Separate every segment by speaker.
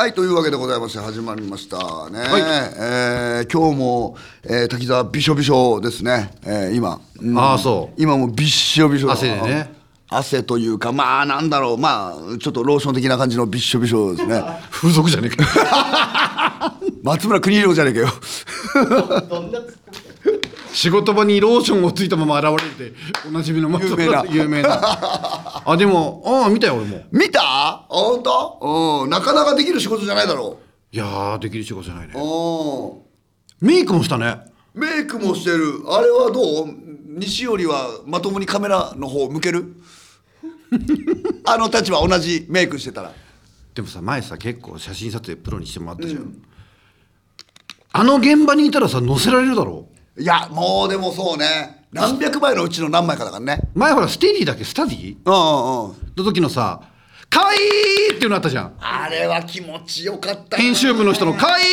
Speaker 1: はい、というわけでございまして、始まりましたね。えー今日も、えー滝沢びしょびしょですね、えー今。うん
Speaker 2: ああそう
Speaker 1: 今もうびっしょびしょ。
Speaker 2: 汗でね。
Speaker 1: 汗というか、まあ、なんだろう、まあ、ちょっとローション的な感じのびっしょびしょですね。
Speaker 2: 風俗じゃねえかよ
Speaker 1: 松村邦洋じゃねえかよ。
Speaker 2: 仕事場にローションをついたまま現れておなじみの松村
Speaker 1: 有
Speaker 2: 有名 なあでもああ見たよ俺も
Speaker 1: 見たあ本当うん、なかなかできる仕事じゃないだろ。
Speaker 2: いやーできる仕事じゃないうね
Speaker 1: うん。
Speaker 2: メイクもしたね
Speaker 1: メイクもしてる。あれはどう西よりはまともにカメラの方向ける あの立場同じメイクしてたら。
Speaker 2: でもさ前さ結構写真撮影プロにしてもらったじゃん、あの現場にいたらさ載せられるだろ
Speaker 1: いや、もうでもそうね。何百枚のうちの何枚かだからね。
Speaker 2: う前ほらステディだっけスタディ
Speaker 1: うんうんうん。
Speaker 2: の時のさ「かわいい!」っていうのあったじゃん
Speaker 1: あれは気持ちよかったな
Speaker 2: 編集部の人の「かわいい!」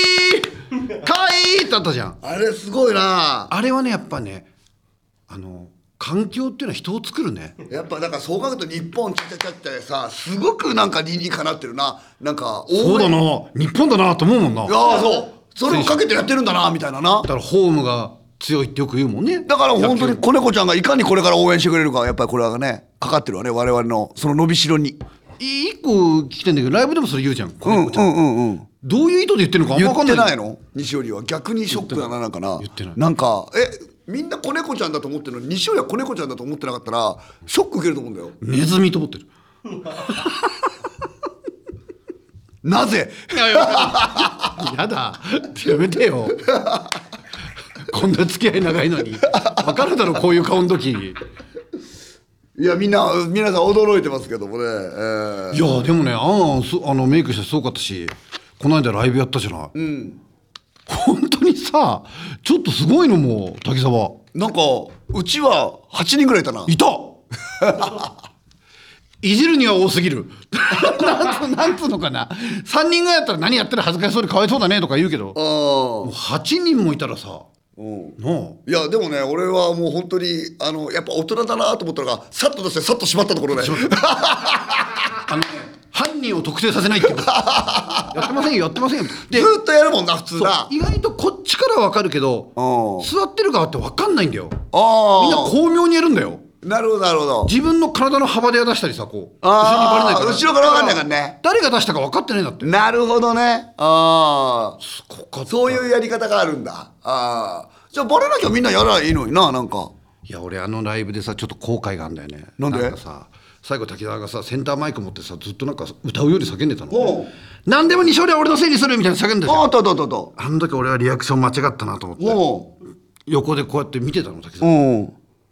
Speaker 2: 「かわいい!」ってあったじゃん
Speaker 1: あれすごいな。
Speaker 2: あれはねやっぱねあの環境っていうのは人を作るね
Speaker 1: やっぱだからそう考えると日本ちゃちゃちゃってさ、すごくなんか理にかなってるな。なんか、
Speaker 2: そうだ
Speaker 1: い
Speaker 2: な日本だなと思うもんなだか
Speaker 1: や、そう。それをかけてやってるんだな、みたいなな。
Speaker 2: らホームが強いってよく言うもんね
Speaker 1: だから本当
Speaker 2: 野
Speaker 1: に
Speaker 2: 球
Speaker 1: 子猫ちゃんがいかにこれから応援してくれるかはやっぱりこれはねかかってるわね我々のその伸びしろに
Speaker 2: い一個聞きたいんだけどライブでもそれ言うじゃん、こ
Speaker 1: う
Speaker 2: れ
Speaker 1: んうんうんうん
Speaker 2: どういう意図で言ってるのかあんま
Speaker 1: 言
Speaker 2: 分か
Speaker 1: っ
Speaker 2: んな
Speaker 1: て
Speaker 2: い
Speaker 1: ないの西織は逆にショックだななんかな
Speaker 2: 言ってない
Speaker 1: なんかえみんな子猫ちゃんだと思ってるのに西織は子猫ちゃんだと思ってなかったらショック受けると思うんだよ
Speaker 2: ネズミと思ってる
Speaker 1: なぜ
Speaker 2: やだやめてよこんな付き合い長いのに分かるだろこういう顔の時い
Speaker 1: いやみんな皆さん驚いてますけどもね、えー
Speaker 2: やでもねあんあんすあのメイクしてすごかったしこの間ライブやったじゃない、本当にさちょっとすごいのもう滝沢
Speaker 1: なんかうちは8人ぐらいいたない
Speaker 2: たいじるには多すぎるなんつなんつうのかな3人ぐらいだったら何やってる恥ずかしそうでかわいそうだねとか言うけども
Speaker 1: あ
Speaker 2: う8人もいたら
Speaker 1: あ
Speaker 2: さ
Speaker 1: うん
Speaker 2: なあ
Speaker 1: いやでもね俺はもう本当にあのやっぱ大人だなと思ったのがさっと出してさっとしまったところね
Speaker 2: あのね犯人を特定させないっていうやってませんよやってませんよで
Speaker 1: ずーっとやるもんな普通
Speaker 2: そう
Speaker 1: な
Speaker 2: 意外とこっちからわかるけど
Speaker 1: うん
Speaker 2: 座ってる側ってわかんないんだよ
Speaker 1: あ
Speaker 2: みんな巧妙にやるんだよ
Speaker 1: なるほどなるほど
Speaker 2: 自分の体の幅で出したりさこう
Speaker 1: あー
Speaker 2: 後ろにバレないから
Speaker 1: 後ろからわかんないからね
Speaker 2: 誰が出したか分かってないんだって
Speaker 1: なるほどねああ
Speaker 2: すごかった
Speaker 1: そういうやり方があるんだああじゃあバレなきゃみんなやらいいのにななんか
Speaker 2: いや俺あのライブでさちょっと後悔があんだよね
Speaker 1: なんで
Speaker 2: かさ最後滝沢がさセンターマイク持ってさずっとなんか歌うより叫んでた
Speaker 1: お
Speaker 2: の
Speaker 1: う
Speaker 2: 何でも西勝利は俺のせいにするみたいな叫んでたじゃん
Speaker 1: ああとあとあとあと
Speaker 2: あの時俺はリアクション間違ったなと思って
Speaker 1: おう
Speaker 2: 横でこうやって見てたの滝
Speaker 1: う
Speaker 2: 沢
Speaker 1: ん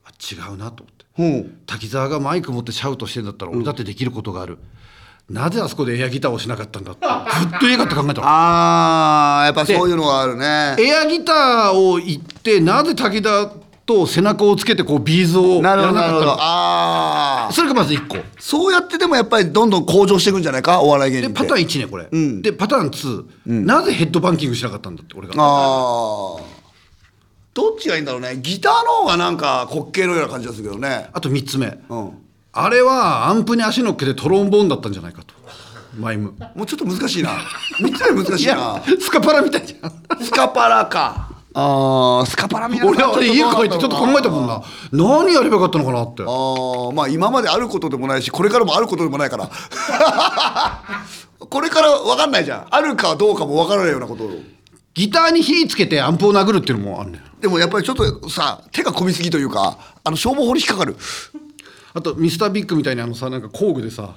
Speaker 2: あ違うなと思って
Speaker 1: うん
Speaker 2: 滝沢がマイク持ってシャウトしてんだったら俺だってできることがあるなぜあそこでエアギターをしなかったんだってずっと映画って考えたの
Speaker 1: ああやっぱそういうのがあるね
Speaker 2: エアギターを言ってなぜ滝沢と背中をつけてこうビーズをや
Speaker 1: なる
Speaker 2: ら
Speaker 1: ほど
Speaker 2: な
Speaker 1: なるほ
Speaker 2: かった
Speaker 1: ど
Speaker 2: の
Speaker 1: ああ
Speaker 2: それがまず1個
Speaker 1: そうやってでもやっぱりどんどん向上していくんじゃないかお笑い芸人っ
Speaker 2: で
Speaker 1: て
Speaker 2: パターン1ねこれ、
Speaker 1: ん
Speaker 2: でパターン2、なぜヘッドバンキングしなかったんだって俺が
Speaker 1: ああどっちがいいんだろうねギターの方がなんか滑稽のような感じがするけどね
Speaker 2: あと3つ目、
Speaker 1: うん
Speaker 2: あれはアンプに足乗っけてトロンボーンだったんじゃないかとマイム
Speaker 1: もうちょっと難しいな3つ目難しいな
Speaker 2: スカパラみたいじゃん
Speaker 1: スカパラかあースカパラみたいな
Speaker 2: 俺は俺家帰ってちょっと考えたもんな何やればよかったのかなって
Speaker 1: ああまあ今まであることでもないしこれからもあることでもない からこれから分かんないじゃんあるかどうかも分からないようなことを
Speaker 2: ギターに火つけてアンプを殴るっていうのもあるんだよ
Speaker 1: でもやっぱりちょっとさ手が込みすぎというかあの消防法に引っかかる
Speaker 2: あとミスタービッグみたいにあのさなんか工具で さ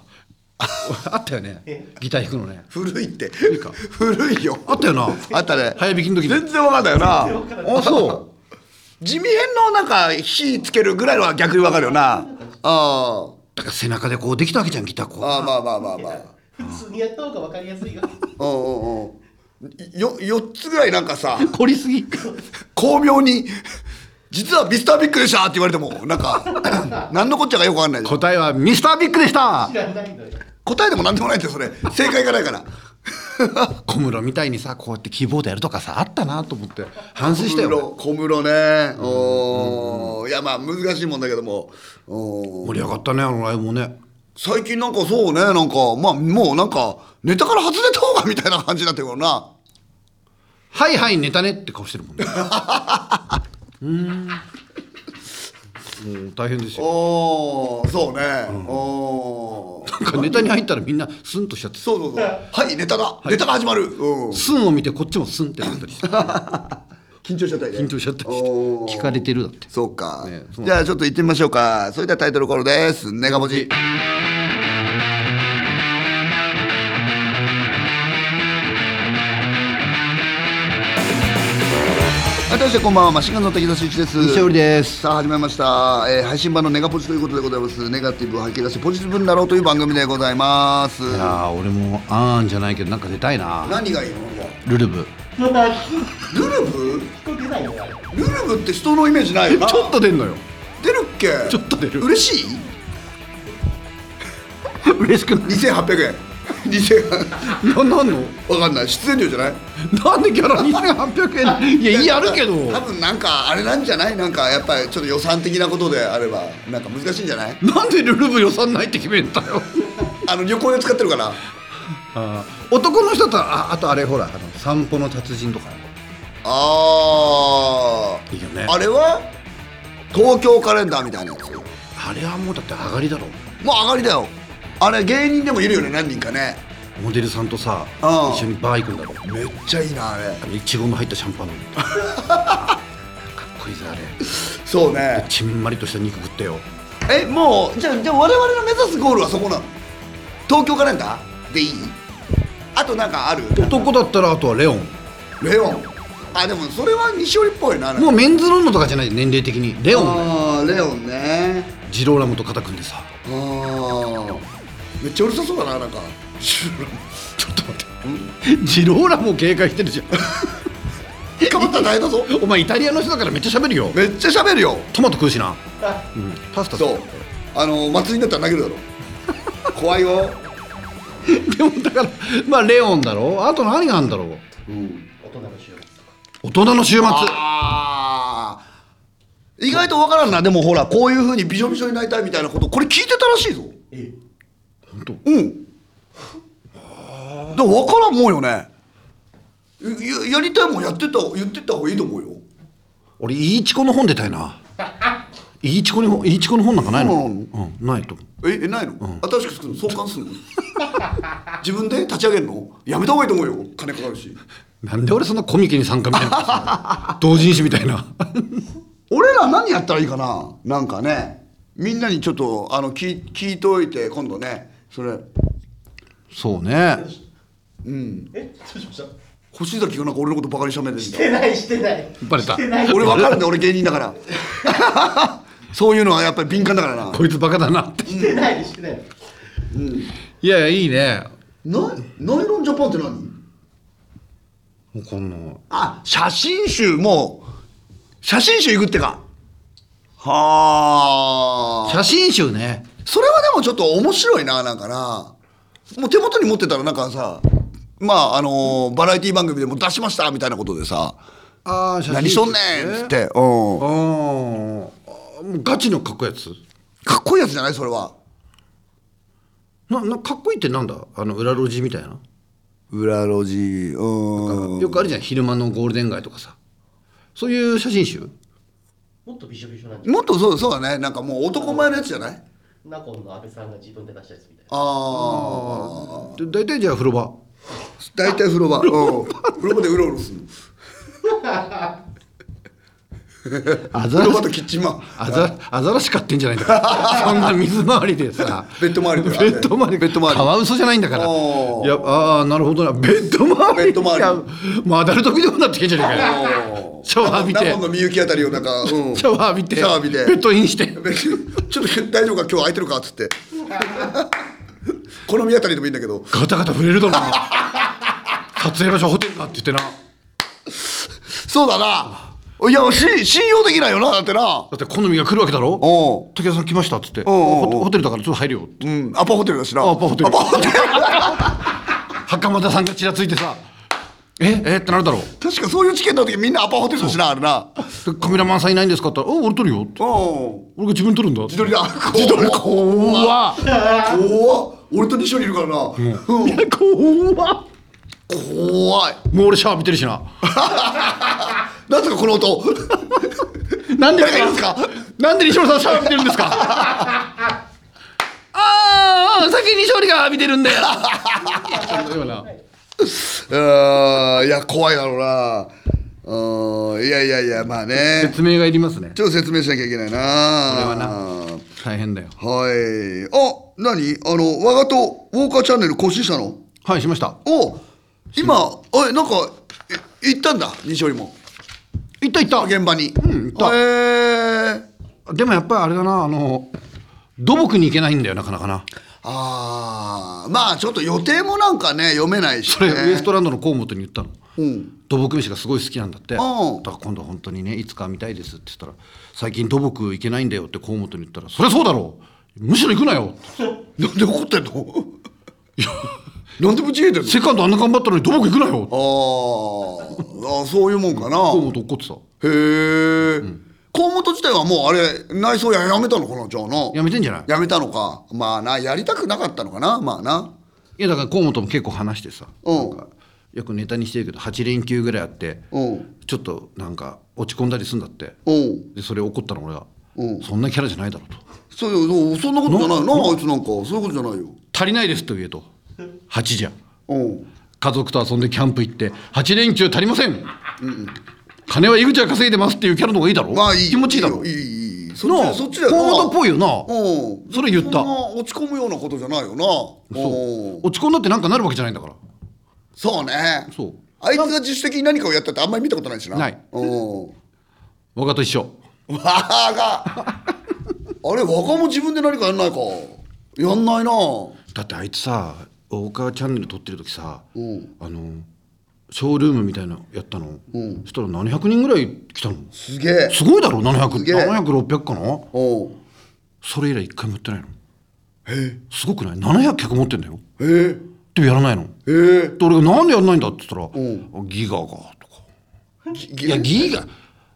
Speaker 2: あったよねギター弾くのね
Speaker 1: 古いって
Speaker 2: いか
Speaker 1: 古いよ
Speaker 2: あったよな
Speaker 1: あったね
Speaker 2: 早弾きの時に
Speaker 1: 全然分かんないよな
Speaker 2: あそう
Speaker 1: 地味編のなんか火つけるぐらいのは逆に分かるよなあー
Speaker 2: だから背中でこうできたわけじゃんギターこう
Speaker 1: あーまあまあまあまあ
Speaker 3: 普通にやった方が分かりやすいよ。
Speaker 1: うんうんうんよ4つぐらいなんかさ
Speaker 2: 凝りすぎ
Speaker 1: 巧妙に「実はミスタービッグでした!」って言われてもなんか 何のこっちゃかよく分かんないじゃん
Speaker 2: 答えはミスタービッグでした
Speaker 3: 知らないのよ。
Speaker 1: 答えでも何でもないってそれ正解がないから
Speaker 2: 小室みたいにさこうやってキーボードやるとかさあったなと思って反省したよ
Speaker 1: 小室ねおーいやまあ難しいもんだけどもおー
Speaker 2: 盛り上がったねあのライブもね
Speaker 1: 最近なんかそうねなんかまあもうなんかネタから外れた方がみたいな感じになってるからな
Speaker 2: はいはいネタねって顔してるもんねうーんもう大変ですよ
Speaker 1: おーそうね、おー
Speaker 2: なんかネタに入ったらみんなスンとしちゃって
Speaker 1: そうそうそうはいネタだ、ネタが始まる、うん、
Speaker 2: スンを見てこっちもスンってなったりして
Speaker 1: 緊張しちゃったりね
Speaker 2: 緊張しちゃったりして
Speaker 1: おー
Speaker 2: 聞かれてるだって
Speaker 1: そうか、
Speaker 2: ねそうなん
Speaker 1: じゃあちょっと行ってみましょうかそれではタイトルコールですネガ文字はい、どうしてこんばんは、マシンガンの滝沢秀一です。
Speaker 2: 西織です
Speaker 1: さあ、始まりました、えー配信版のネガポジということでございます。ネガティブを吐き出し、ポジティブになろうという番組でございます。
Speaker 2: いやー俺もあーんじゃないけどなんか出たいな
Speaker 1: 何がいいの、じゃあ
Speaker 2: ルルブ
Speaker 3: まだ聞
Speaker 1: ルルブ。
Speaker 3: こえてないよあれ
Speaker 1: ルルブって人のイメージないよな。
Speaker 2: ちょっと出んのよ
Speaker 1: 出るっけ。
Speaker 2: ちょっと出る
Speaker 1: 嬉しい。
Speaker 2: 嬉しくない
Speaker 1: 二千八百円。 二千。わ
Speaker 2: ななんの
Speaker 1: かんない。出演料じゃない。
Speaker 2: なんでギャラ2800円いやいいあるけど
Speaker 1: 多分なんかあれなんじゃない。なんかやっぱりちょっと予算的なことであれば、なんか難しいんじゃない。
Speaker 2: なんでルルブ予算ないって決めんだよ
Speaker 1: あの旅行で使ってるから。
Speaker 2: あー男の人とああとあれほらあの散歩の達人とか
Speaker 1: ああ。
Speaker 2: いいよね
Speaker 1: あれは。東京カレンダーみたいなやつ。
Speaker 2: あれはもうだって上がりだろ
Speaker 1: もう上がりだよ。あれ芸人でもいるよね、何人かね。
Speaker 2: モデルさんとさ
Speaker 1: うん
Speaker 2: 一緒にバー行くんだろ
Speaker 1: めっちゃいいな、あれ。
Speaker 2: あのいちごの入ったシャンパン飲んでかっこいいぜあれ
Speaker 1: そうね。
Speaker 2: ちんまりとした肉食ってよ
Speaker 1: えもうじゃあじゃあ我々の目指すゴールはそこなの東京カレンダーでいいあとなんかある
Speaker 2: 男だったらあとはレオン
Speaker 1: レオンあでもそれは西織っぽいな
Speaker 2: もうメンズロンドンとかじゃない年齢的にレオン
Speaker 1: あーレオンね
Speaker 2: ジローラモと肩組んでさ
Speaker 1: あーめっちゃうるさそうだななんか
Speaker 2: ちょっと待ってジローラモ警戒してるじゃ
Speaker 1: かまったら大変だぞ
Speaker 2: んお前イタリアの人だからめっちゃ喋るよ
Speaker 1: めっちゃ喋るよ
Speaker 2: トマト食うしな、
Speaker 3: あ
Speaker 2: うん、パスタ
Speaker 1: そうあの祭りになったら投げるだろ怖いよ、
Speaker 2: でもだからまあレオンだろあと何があるんだろう
Speaker 1: うん、
Speaker 3: 大人の週
Speaker 2: 大
Speaker 3: 末
Speaker 2: 人の週末
Speaker 1: あー意外とわからんなでもほらこういうふうにびしょびしょになりたいみたいなことこれ聞いてたらしいぞ
Speaker 3: え
Speaker 2: 本当
Speaker 1: うん。だから分からんもんよね。ややりたいもんやってた言ってった方がいいと思うよ。
Speaker 2: 俺イーチコの本出たいなイーチコに本イーチコの本なんかないの
Speaker 1: そう
Speaker 2: う
Speaker 1: なの
Speaker 2: んないと思う
Speaker 1: ええないの、新しく作るの創刊するの自分で立ち上げるのやめた方がいいと思うよ金かかるし
Speaker 2: なんで俺そんなコミケに参加みたいな同人誌みたいな
Speaker 1: 俺ら何やったらいいかななんかねみんなにちょっとあの聞い聞いておいて今度ねそれ
Speaker 2: そうね
Speaker 1: うん
Speaker 3: えどうしました
Speaker 1: 星崎がなんか俺のことバカにしゃべんで
Speaker 3: し
Speaker 1: ん
Speaker 3: てないしてない
Speaker 2: バレた
Speaker 3: してない
Speaker 1: だ俺分かるんだ俺芸人だから そういうのはやっぱり敏感だからな
Speaker 2: こいつバカだなって
Speaker 3: してないしてない
Speaker 2: いやいやいいね
Speaker 1: なナイロンジャパンって何
Speaker 2: わかんない
Speaker 1: あ写真集もう写真集いくってかはあ
Speaker 2: 写真集ね
Speaker 1: それはでもちょっと面白いななんかなもう手元に持ってたらなんかさまああのーバラエティ番組でも出しましたみたいなことでさ
Speaker 2: ああ
Speaker 1: 「
Speaker 2: 写
Speaker 1: 何しとんねん」っつって、うん、
Speaker 2: あーあーもうガチのかっこいいやつ
Speaker 1: かっこいいやつじゃないそれは
Speaker 2: ななかっこいいってなんだあの裏路地みたいな
Speaker 1: 裏路地うん
Speaker 2: よくあるじゃん昼間のゴールデン街とかさそういう写真集
Speaker 3: もっとびしょびしょなんじゃ
Speaker 1: もっとそうそうだねなんかもう男前のやつじゃない
Speaker 3: ナコンの安倍さんが自分で出したやつみたいな
Speaker 1: ああ
Speaker 2: で大体じゃあ風呂場
Speaker 1: 大体風呂場うん風呂場でうろうろするの
Speaker 2: あざ
Speaker 1: 風
Speaker 2: ら
Speaker 1: 呂
Speaker 2: し
Speaker 1: 場とキッチンマン
Speaker 2: あざあざらし買ってんじゃないんだから そんな水回りでさ
Speaker 1: ベッド周りで
Speaker 2: ベッド周り
Speaker 1: ベッド周り
Speaker 2: カワウソじゃないんだから
Speaker 1: おー
Speaker 2: いやああなるほどなベッド周
Speaker 1: ベ
Speaker 2: り
Speaker 1: ッド周り
Speaker 2: いやもうアダルトビデオになってきてんじゃねえかよシャワー浴びて
Speaker 1: ナモンのみゆきあたりをなんか、うん、
Speaker 2: シャワー浴びて
Speaker 1: シャワー浴びて
Speaker 2: ベッドインして
Speaker 1: 別に ちょっと大丈夫か今日空いてるかっつって このみあたりでもいいんだけど
Speaker 2: ガタガタ震えるだろうな撮影場所ホテルだって言ってなだ
Speaker 1: そうだないやし信用できないよなだってな
Speaker 2: って好みが来るわけだろ
Speaker 1: おう
Speaker 2: 竹田さん来ましたっつって
Speaker 1: おうおうおう
Speaker 2: ホテホテルだからちょっと入るよって
Speaker 1: うんアパホテルだしな
Speaker 2: アパホテル
Speaker 1: アパホテル
Speaker 2: 袴田さんがちらついてさええってなるだろう
Speaker 1: 確かそういう事件の時みんなアパホテルだしなあるな
Speaker 2: でカメラマンさんいないんですかって言ったら「お俺撮るよ」って
Speaker 1: うん
Speaker 2: 俺が自分撮るんだ
Speaker 1: 自撮り だ
Speaker 2: 自撮り怖っ
Speaker 1: 怖っ俺と西尾いるからな、うん
Speaker 2: いや怖っ
Speaker 1: 怖い
Speaker 2: もう俺シャワー浴びてるしな
Speaker 1: なんとかこの音
Speaker 2: なんで
Speaker 1: 誰かいるんですか
Speaker 2: なんで西村さんシャワー浴びてるんで すかああ先に勝利が浴びてる んだよそのような
Speaker 1: あーいや怖いだろうなうんいやいやいやまあね
Speaker 2: 説明がいりますね
Speaker 1: ちょっと説明しなきゃいけないな
Speaker 2: これはな大変だよ
Speaker 1: はいあ何あの我がとウォーカーチャンネル更新したの
Speaker 2: はいしました
Speaker 1: お今えなんかい行ったんだ西織も
Speaker 2: 行った行った
Speaker 1: 現場にうん
Speaker 2: 行った
Speaker 1: へえ
Speaker 2: でもやっぱりあれだなあの土木に行けないんだよなかなかな
Speaker 1: ああまあちょっと予定もなんかね読めないし、
Speaker 2: それ、
Speaker 1: ね、
Speaker 2: ウエストランドの河本に言ったの、
Speaker 1: うん
Speaker 2: 土木飯がすごい好きなんだってだ
Speaker 1: ん
Speaker 2: から今度本当にねいつか見たいですって言ったら最近土木行けないんだよって河本に言ったらそりゃそうだろうむしろ行くなよ
Speaker 1: なんで怒ってんのなんでぶち切れてんの
Speaker 2: セカンドあんな頑張ったのに土木行くなよ
Speaker 1: あーあーそういうもんかな
Speaker 2: 河本怒ってた
Speaker 1: へえ、河本自体はもうあれ内装ややめたのかなじゃあな
Speaker 2: やめてんじゃない
Speaker 1: やめたのかまあなやりたくなかったのかなまあない
Speaker 2: やだから河本も結構話してさ
Speaker 1: うん
Speaker 2: なんかよくネタにしてるけど8連休ぐらいあって
Speaker 1: うん
Speaker 2: ちょっとなんか落ち込んだりするんだって
Speaker 1: うん
Speaker 2: でそれ怒ったの俺が
Speaker 1: うん
Speaker 2: そんなキャラじゃないだろうと
Speaker 1: そうよそうそんなことじゃないよなあいつなんかそういうことじゃないよ
Speaker 2: 足りないですと言えと8じゃ
Speaker 1: うん
Speaker 2: 家族と遊んでキャンプ行って8連休足りません、金は井口が稼いでますっていうキャラの方がいいだろ
Speaker 1: まあいい
Speaker 2: 気持ちいいだろ
Speaker 1: いいよいいいいそ
Speaker 2: な
Speaker 1: っ
Speaker 2: あ
Speaker 1: ちそっちだよな
Speaker 2: 河本っぽいよな
Speaker 1: うん
Speaker 2: それ言った
Speaker 1: んな落ち込むようなことじゃないよな
Speaker 2: そう
Speaker 1: うん
Speaker 2: 落ち込んだってなんかなるわけじゃないんだから
Speaker 1: そうね
Speaker 2: そう
Speaker 1: あいつが自主的に何かをやったってあんまり見たことないしな
Speaker 2: ない
Speaker 1: うん
Speaker 2: 若と一緒
Speaker 1: わ があれ若も自分で何かやんないかやんないな
Speaker 2: だってあいつさ大川チャンネル撮ってる時さ、
Speaker 1: うん
Speaker 2: あのショールームみたいなのやったの、
Speaker 1: うん
Speaker 2: そしたら700人ぐらい来たの
Speaker 1: すげえ
Speaker 2: すごいだろ700
Speaker 1: すげえ
Speaker 2: 700600かな
Speaker 1: うん
Speaker 2: それ以来一回もやってないの
Speaker 1: へ
Speaker 2: すごくない700客持ってんだよ
Speaker 1: えへ
Speaker 2: でもやらないの
Speaker 1: えへえ
Speaker 2: で俺がなんでやんないんだって言ったら、
Speaker 1: ん
Speaker 2: ギガがとかいやギガ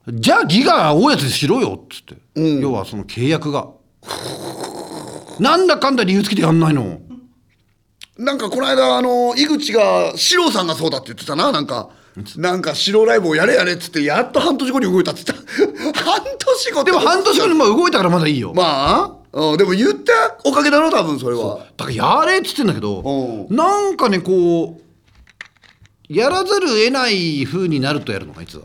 Speaker 2: じゃあギガが多いやつにしろよっつって、
Speaker 1: うん
Speaker 2: 要はその契約がなんだかんだ理由つけてやんないの
Speaker 1: なんかこの間あの井口が四郎さんがそうだって言ってたななんかなんか四郎ライブをやれやれっつってやっと半年後に動いたっつった 半年後って
Speaker 2: でも半年後にまあ動いたからまだいいよ、
Speaker 1: まあ、うん、でも言ったおかげだろ多分それは
Speaker 2: だからやれっつってんだけど
Speaker 1: う
Speaker 2: なんかねこうやらざるを得ない風になるとやるのあいつは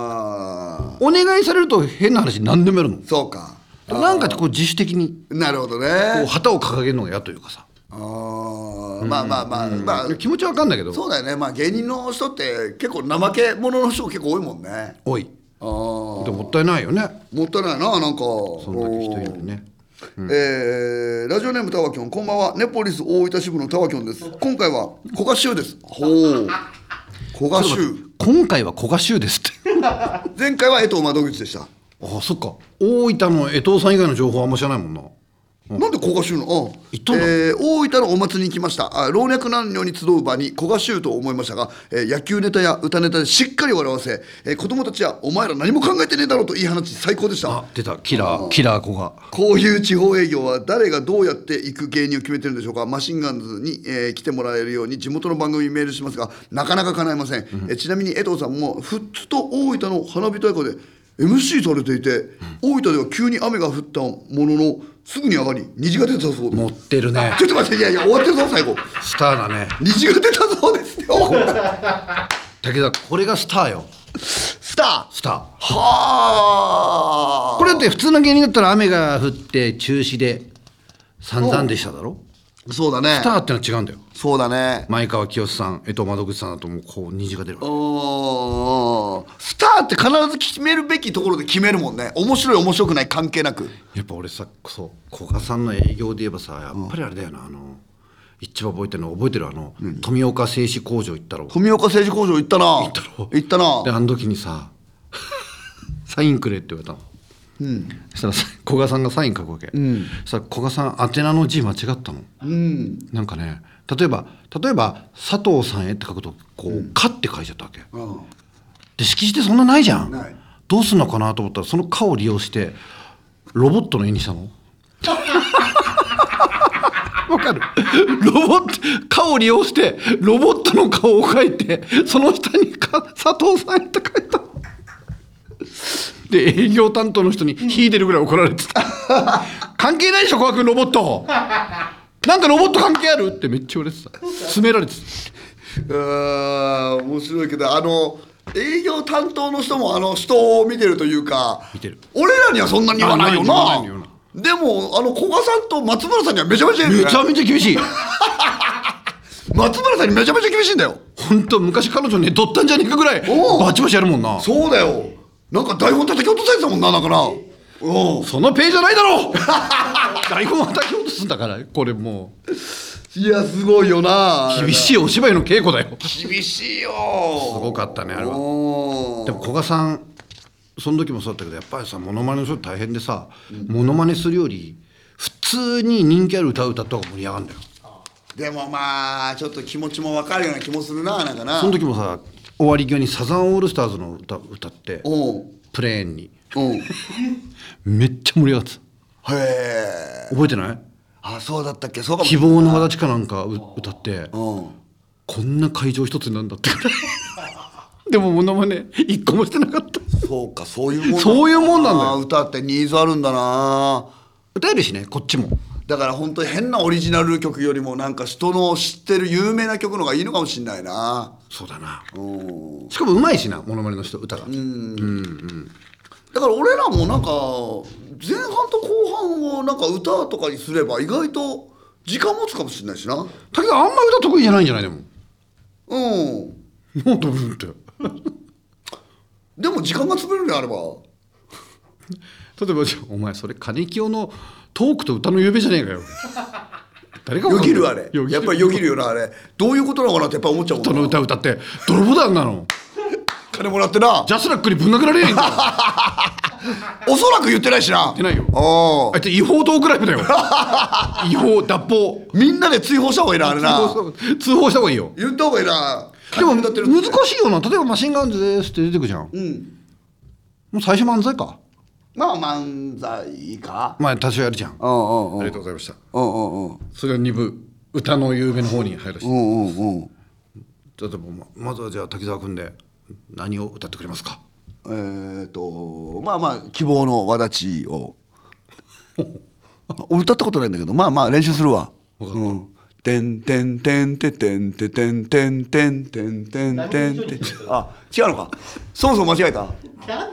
Speaker 1: あ
Speaker 2: お願いされると変な話何でもやるの
Speaker 1: ーそうか
Speaker 2: なんかこう自主的に
Speaker 1: なるほど
Speaker 2: こう
Speaker 1: ね
Speaker 2: 旗を掲げるのが嫌というかさ
Speaker 1: あーまあまあまあまあ
Speaker 2: 気持ちはわかんないけど
Speaker 1: そうだよねまあ芸人の人って結構怠け者の人結構多いもんね
Speaker 2: おい
Speaker 1: あー
Speaker 2: でももったいないよね
Speaker 1: もったいないななんか
Speaker 2: そんだけ人いるのにね
Speaker 1: えーラジオネームたわきょんこんばんはネポリス大分支部のたわきょんです今回は古賀衆ですほう古賀衆
Speaker 2: 今回は古賀衆ですって
Speaker 1: 前回は江藤窓口でした、
Speaker 2: ああそっか大分の江藤さん以外の情報あんま知らないもんな
Speaker 1: なんで古賀衆のあ
Speaker 2: 行ったんだ
Speaker 1: えー大分のお祭りに来ましたあ老若男女に集う場に古賀衆と思いましたが、えー野球ネタや歌ネタでしっかり笑わせ、えー子供たちはお前ら何も考えてねえだろうといい話最高でした
Speaker 2: あ出たキラーキラー古賀
Speaker 1: こういう地方営業は誰がどうやって行く芸人を決めてるんでしょうかマシンガンズに、えー来てもらえるように地元の番組にメールしますがなかなか叶いません、えーちなみに江藤さんも富津と大分の花火大会で MC されていて、大分では急に雨が降ったもののすぐに上がり虹が出たそうで
Speaker 2: 持ってるね
Speaker 1: すちょっと待っていやいや終わってるぞ最後
Speaker 2: スターだね
Speaker 1: 虹が出たそうですよ
Speaker 2: だけどこれがスターよ
Speaker 1: スター
Speaker 2: スター
Speaker 1: はあ
Speaker 2: これだって普通の芸人だったら雨が降って中止で散々でしただろ
Speaker 1: そうだね
Speaker 2: スターってのは違うんだよ
Speaker 1: そうだね
Speaker 2: 前川清さん江藤窓口さんだともうこう虹が出るわけ
Speaker 1: おースターって必ず決めるべきところで決めるもんね面白い面白くない関係なく
Speaker 2: やっぱ俺さそう古賀さんの営業で言えばさやっぱりあれだよなあの一番覚えてるの覚えてるあの、富岡製糸工場行ったろ
Speaker 1: 富岡製糸工場行ったな行
Speaker 2: ったろ
Speaker 1: 行ったな
Speaker 2: であの時にさ サインくれって言われたの、そしたらさ古賀さんがサイン書くわけ、そしたら古賀さん宛名の字間違ったの、なんかね例えば例えば佐藤さんへって書くとこう「か」って書いちゃったわけ
Speaker 1: うん
Speaker 2: で色紙ってそんなないじゃん
Speaker 1: ない
Speaker 2: どうすんのかなと思ったらその「か」を利用してロボットの絵にし たのわかるロボット「か」を利用してロボットの顔を描いてその下にか「佐藤さんへ」って書いたで営業担当の人に引いてるぐらい怒られてた関係ないでしょ小川君ロボットなんかロボット関係あるってめっちゃ言われてた詰められてた
Speaker 1: あー面白いけどあの営業担当の人もあの人を見てるというか
Speaker 2: 見てる
Speaker 1: 俺らにはそんなに言わないよ
Speaker 2: あ
Speaker 1: な
Speaker 2: ないよな
Speaker 1: でもあの古賀さんと松村さんにはめちゃめちゃいる
Speaker 2: め
Speaker 1: よね
Speaker 2: ちゃめちゃ厳しい
Speaker 1: 松村さんにめちゃめちゃ厳しいんだよ
Speaker 2: 本当昔彼女ね取ったんじゃねえかぐらい
Speaker 1: おう
Speaker 2: バチバチやるもんなそ
Speaker 1: そうだよなんか台本叩き落とされてたもんなだからうん
Speaker 2: のペーじゃないだろう 台本叩き落とすんだからこれも
Speaker 1: いやすごいよな
Speaker 2: う厳しいお芝居の稽古だよす
Speaker 1: い厳しいよ
Speaker 2: ごかったねあれ
Speaker 1: で
Speaker 2: はでも
Speaker 1: も
Speaker 2: 古賀さんその時もそうだったけどやっぱりさモノマネの人大変でさモノマネするより普通に人気ある歌を歌った方が盛り上がるんだよ
Speaker 1: でもまあちょっと気持ちも分かるような気もするななんかな
Speaker 2: その時もさ終わり際にサザンオールスターズの歌歌って
Speaker 1: おうん
Speaker 2: プレーンに
Speaker 1: うんへ
Speaker 2: めっちゃ盛り上がってた
Speaker 1: え
Speaker 2: 覚えてない
Speaker 1: あそうだったっけそうかも
Speaker 2: 希望の形かなんかう歌って
Speaker 1: うん
Speaker 2: こんな会場一つになんだってく らいでもモノマネ一個もしてなかった
Speaker 1: そうかそういうもんだ
Speaker 2: そういうもんなんだよ
Speaker 1: あー歌ってニーズあるんだな
Speaker 2: 歌えるしねこっちも
Speaker 1: だから本当に変なオリジナル曲よりもなんか人の知ってる有名な曲の方がいいのかもしんないな
Speaker 2: そうだな
Speaker 1: うん
Speaker 2: しかもうまいしなモノマネの人歌が、
Speaker 1: だから俺らもなんか前半と後半をなんか歌とかにすれば意外と時間持つかもしれないしな
Speaker 2: だけどあんま歌得意じゃないんじゃないでも
Speaker 1: うん
Speaker 2: もう飛ぶって
Speaker 1: でも時間が潰れるのであれば
Speaker 2: 例えばじゃあお前それ金清のトークと歌のゆうべじゃねえかよ誰かわ
Speaker 1: よ
Speaker 2: かんな
Speaker 1: ぎ
Speaker 2: い
Speaker 1: るあれ
Speaker 2: よぎ
Speaker 1: やっぱりよぎるよなあれどういうことなのかなってやっぱ思っちゃう
Speaker 2: そ
Speaker 1: も
Speaker 2: の
Speaker 1: んな
Speaker 2: 歌歌って泥棒団なの
Speaker 1: 金もらってな
Speaker 2: ジャスラックにぶん殴られ ねえんだよ
Speaker 1: おそらく言ってないしな言って
Speaker 2: ないよ
Speaker 1: あ
Speaker 2: あいつ違法トークライブだよ 違法脱法
Speaker 1: あみんなで追放した方がいいなあれな
Speaker 2: 通報した方がいいよ
Speaker 1: 言った方がいいな
Speaker 2: でも
Speaker 1: 金
Speaker 2: 難
Speaker 1: ってるって
Speaker 2: しいよな例えば「マシンガンズです」って出てくじゃん、
Speaker 1: うん
Speaker 2: もう最初漫才か
Speaker 1: まあ漫才か
Speaker 2: まあ多少やるじゃんあ
Speaker 1: うんうんうん
Speaker 2: りがとうございました
Speaker 1: うんうんうん
Speaker 2: それが2部歌の夕べの方に入らせて、
Speaker 1: うんうんうん
Speaker 2: 例えばままずはじゃあ滝沢君で何を歌ってくれますか
Speaker 1: えー、とまあまあ希望の輪立ちを 俺歌ったことないんだけどまあまあ練習するわうんてんてんてんててんててんてんてんてんてんてんてんあ違うのかそもそも間違えた
Speaker 3: なん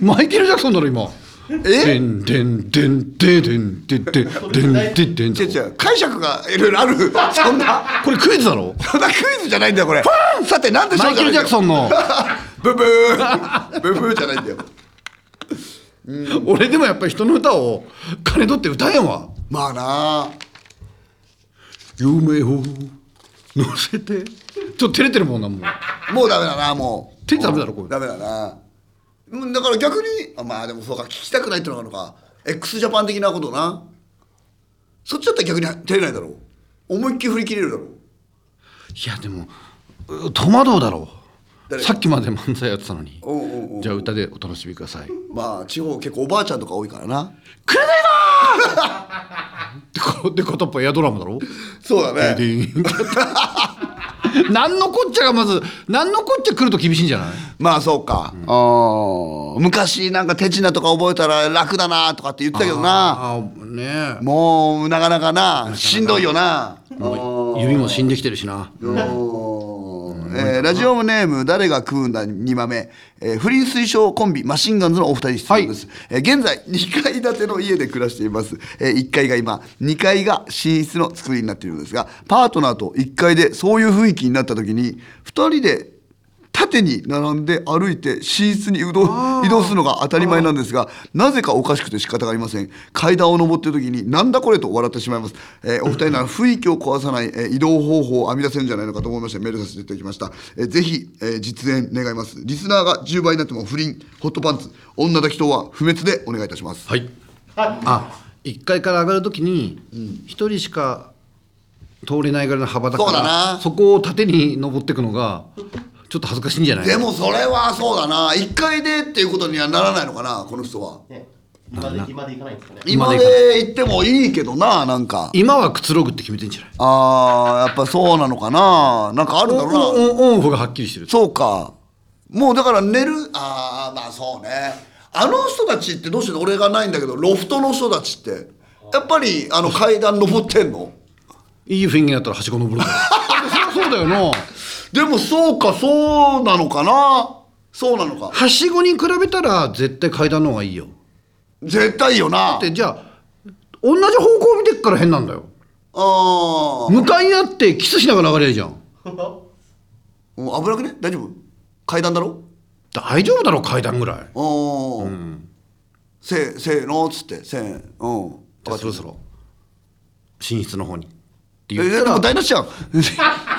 Speaker 2: マイケル・ジャクソンだろ今で
Speaker 1: え
Speaker 2: んでんでんでんでんでんでんでんでんでん
Speaker 1: 違う違う解釈がいろいろある そんな
Speaker 2: これクイズだろ
Speaker 1: そんなクイズじゃないんだよこれさてなんでしょ
Speaker 2: マ
Speaker 1: う
Speaker 2: イ
Speaker 1: じ
Speaker 2: ケ
Speaker 1: ゃないんだ
Speaker 2: ル・ジャ
Speaker 1: よ
Speaker 2: クソンの
Speaker 1: ブブーブブーじゃないんだよ
Speaker 2: 俺でもやっぱり人の歌を金取って歌えんわ
Speaker 1: まあなあ
Speaker 2: 夢を乗せてちょっと照れてるもんなもう
Speaker 1: もうダメだなもう
Speaker 2: 手ダメだろこれ
Speaker 1: ダメだなうんだから逆にあまあでもそうか聞きたくないってのがあるのか x ジャパン的なことなそっちだったら逆に照れないだろう思いっきり振り切れるだろう
Speaker 2: いやでもう戸惑うだろう
Speaker 1: 誰
Speaker 2: さっきまで漫才やってたのに
Speaker 1: おうおうおう
Speaker 2: じゃあ歌でお楽しみください
Speaker 1: まあ地方結構おばあちゃんとか多いからな
Speaker 2: でこで片っぽエアドラムだろ
Speaker 1: そうだね
Speaker 2: で 何のこっちゃがまず何のこっちゃ来ると厳しいんじゃない
Speaker 1: まあそうか、あー昔なんか手品とか覚えたら楽だなとかって言ってたけどな
Speaker 2: ああね
Speaker 1: もうなかなかなしんどいよな
Speaker 2: えもう指も死んできてるしな
Speaker 1: えーラジオネーム誰が食うんだ2豆、えー、不倫推奨コンビマシンガンズのお二人質問です、えー現在2階建ての家で暮らしています、え1階が今2階が寝室の作りになっているのですがパートナーと1階でそういう雰囲気になった時に2人で縦に並んで歩いて寝室に移動移動するのが当たり前なんですがなぜかおかしくて仕方がありません階段を上っている時になんだこれと笑ってしまいます、えーお二人なら雰囲気を壊さない、えー移動方法を編み出せるんじゃないのかと思いましてメールさせていただきました、えーぜひ、えー実演願いますリスナーが10倍になっても不倫ホットパンツ女抱き等は不滅でお願いいたします
Speaker 2: はいあ一階から上がるときに一人しか通れないぐらいの幅だから
Speaker 1: そうだな
Speaker 2: こを縦に登っていくのがちょっと恥ずかしいんじゃない
Speaker 1: でもそれはそうだな1回でっていうことにはならないのかなこの人は
Speaker 3: ね今で今で行かないんですかね
Speaker 2: 今
Speaker 1: 今
Speaker 2: で
Speaker 1: で行ってもいいけどななんか
Speaker 2: 今はくつろぐって決めてんじゃない
Speaker 1: あーやっぱそうなのかななんかあるんだろうな
Speaker 2: オンオンオンオフがはっきりしてる
Speaker 1: そうか。もうだから寝る、ああ、まあそうね。あの人たちってどうしてんの俺がないんだけど、ロフトの人たちって、やっぱりあの階段登ってんの
Speaker 2: いい雰囲気になったらはしご登るからそりゃそうだよな
Speaker 1: でもそうか、そうなのかなそうなのか。
Speaker 2: はしごに比べたら絶対階段の方がいいよ
Speaker 1: 絶対いいよな。あ
Speaker 2: でじゃあ同じ方向を見てっから変なんだよ
Speaker 1: あー。
Speaker 2: 向かい合ってキスしながら流れるじゃん
Speaker 1: うん危なくね大丈夫階段だろ
Speaker 2: 大丈夫だろ階段ぐらい
Speaker 1: あー。せ、せーのっつって、せーうん。
Speaker 2: じゃあそろそろ寝室の方にっ
Speaker 1: え、
Speaker 2: て言っ
Speaker 1: で
Speaker 2: た
Speaker 1: も
Speaker 2: ら
Speaker 1: 台無しじゃん。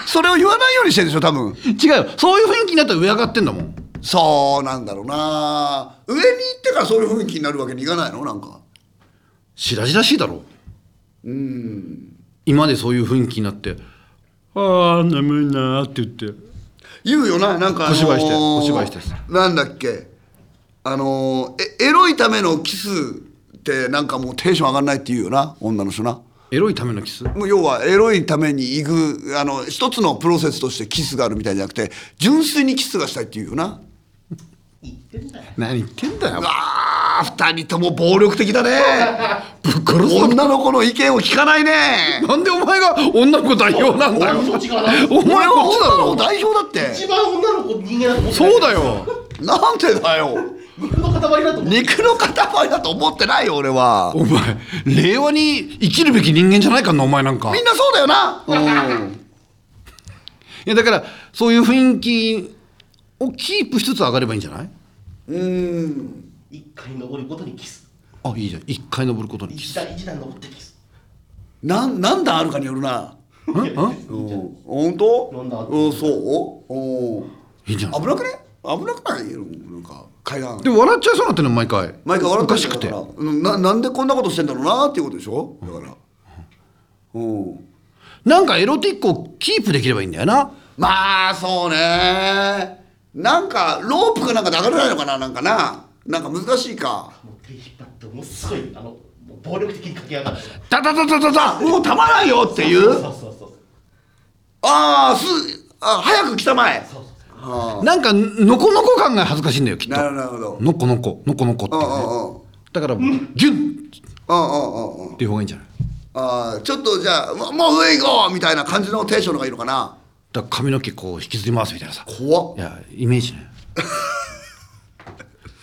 Speaker 1: それを言わないようにしてるでしょ、多分。
Speaker 2: 違うよそういう雰囲気になったら上上がってんだもん
Speaker 1: そうなんだろうな上に行ってからそういう雰囲気になるわけにいかないのなんか
Speaker 2: 白々しいだろう今までそういう雰囲気になって「ああ眠いな」って言って
Speaker 1: 言うよななんか、あのー
Speaker 2: お芝居してお芝居して
Speaker 1: なんだっけあのーえエロいためのキスってなんかもうテンション上がんないって言うよな女の人な
Speaker 2: エロいためのキス
Speaker 1: もう要はエロいために行くあの一つのプロセスとしてキスがあるみたいじゃなくて純粋にキスがしたいって言うよな
Speaker 3: 言ってんだよ
Speaker 2: 何言ってんだよ
Speaker 1: うわあ二人とも暴力的だね
Speaker 2: ぶっ殺す
Speaker 1: 女の子の意見を聞かないね
Speaker 2: なんでお前が女の子代表なんだよ
Speaker 3: 俺そっち側だ
Speaker 2: お
Speaker 1: お前
Speaker 2: 前
Speaker 1: は
Speaker 2: こっちだ
Speaker 1: 女の子
Speaker 2: ろ
Speaker 1: 代表だって
Speaker 3: 一番女の子人間だと思ってない
Speaker 2: そうだよ
Speaker 1: なんでだよ
Speaker 3: 肉の塊だと思って
Speaker 1: 肉の塊だと思ってないよ俺は
Speaker 2: お前令和に生きるべき人間じゃないからなお前なんか
Speaker 1: みんなそうだよなうん
Speaker 2: いやだからそういう雰囲気をキープしつつ上がればいいんじゃない
Speaker 1: うん
Speaker 3: 一回登るごとにキス
Speaker 2: あいいじゃん一回登ることにキ
Speaker 3: 一
Speaker 2: ス
Speaker 3: 段一段登ってキス
Speaker 1: なん何段あるかによるなうん本当
Speaker 3: 何段ある
Speaker 1: うんそううん
Speaker 2: いいじゃん
Speaker 1: 危なくね危なくないよなんか階段
Speaker 2: で笑っちゃいそうになってるの毎回
Speaker 1: 毎回笑
Speaker 2: お
Speaker 1: って
Speaker 2: か
Speaker 1: る
Speaker 2: しくて
Speaker 1: だからうんななんでこんなことしてんだろうなっていうことでしょだからうん
Speaker 2: なんかエロティックをキープできればいいんだよな
Speaker 1: まあそうねなんかロープかなんかで上がれないのかななんかななんか難しいか
Speaker 3: もう手引っ張ってものすごいあのもう暴力的に駆け上がる
Speaker 1: ダダダダダダもうたまらんよってい
Speaker 3: そう
Speaker 1: う
Speaker 3: そうそうそう
Speaker 1: ああすあ早く来たまえ
Speaker 3: そうそう
Speaker 1: あ
Speaker 2: なんかのこのこ感が恥ずかしいんだよき
Speaker 1: あ
Speaker 2: っと
Speaker 1: なるほどなるほど
Speaker 2: のこのこのこのこって
Speaker 1: うん
Speaker 2: ね
Speaker 1: うんうん
Speaker 2: だからもうギュンっ
Speaker 1: うんうんうんうん
Speaker 2: ていう方がいいんじゃない
Speaker 1: ああちょっとじゃあもうもう上行こうみたいな感じのテンションの方がいいのかな
Speaker 2: だから髪の毛こう引きずり回すみたいなさ
Speaker 1: 怖っ
Speaker 2: いやイメージ ね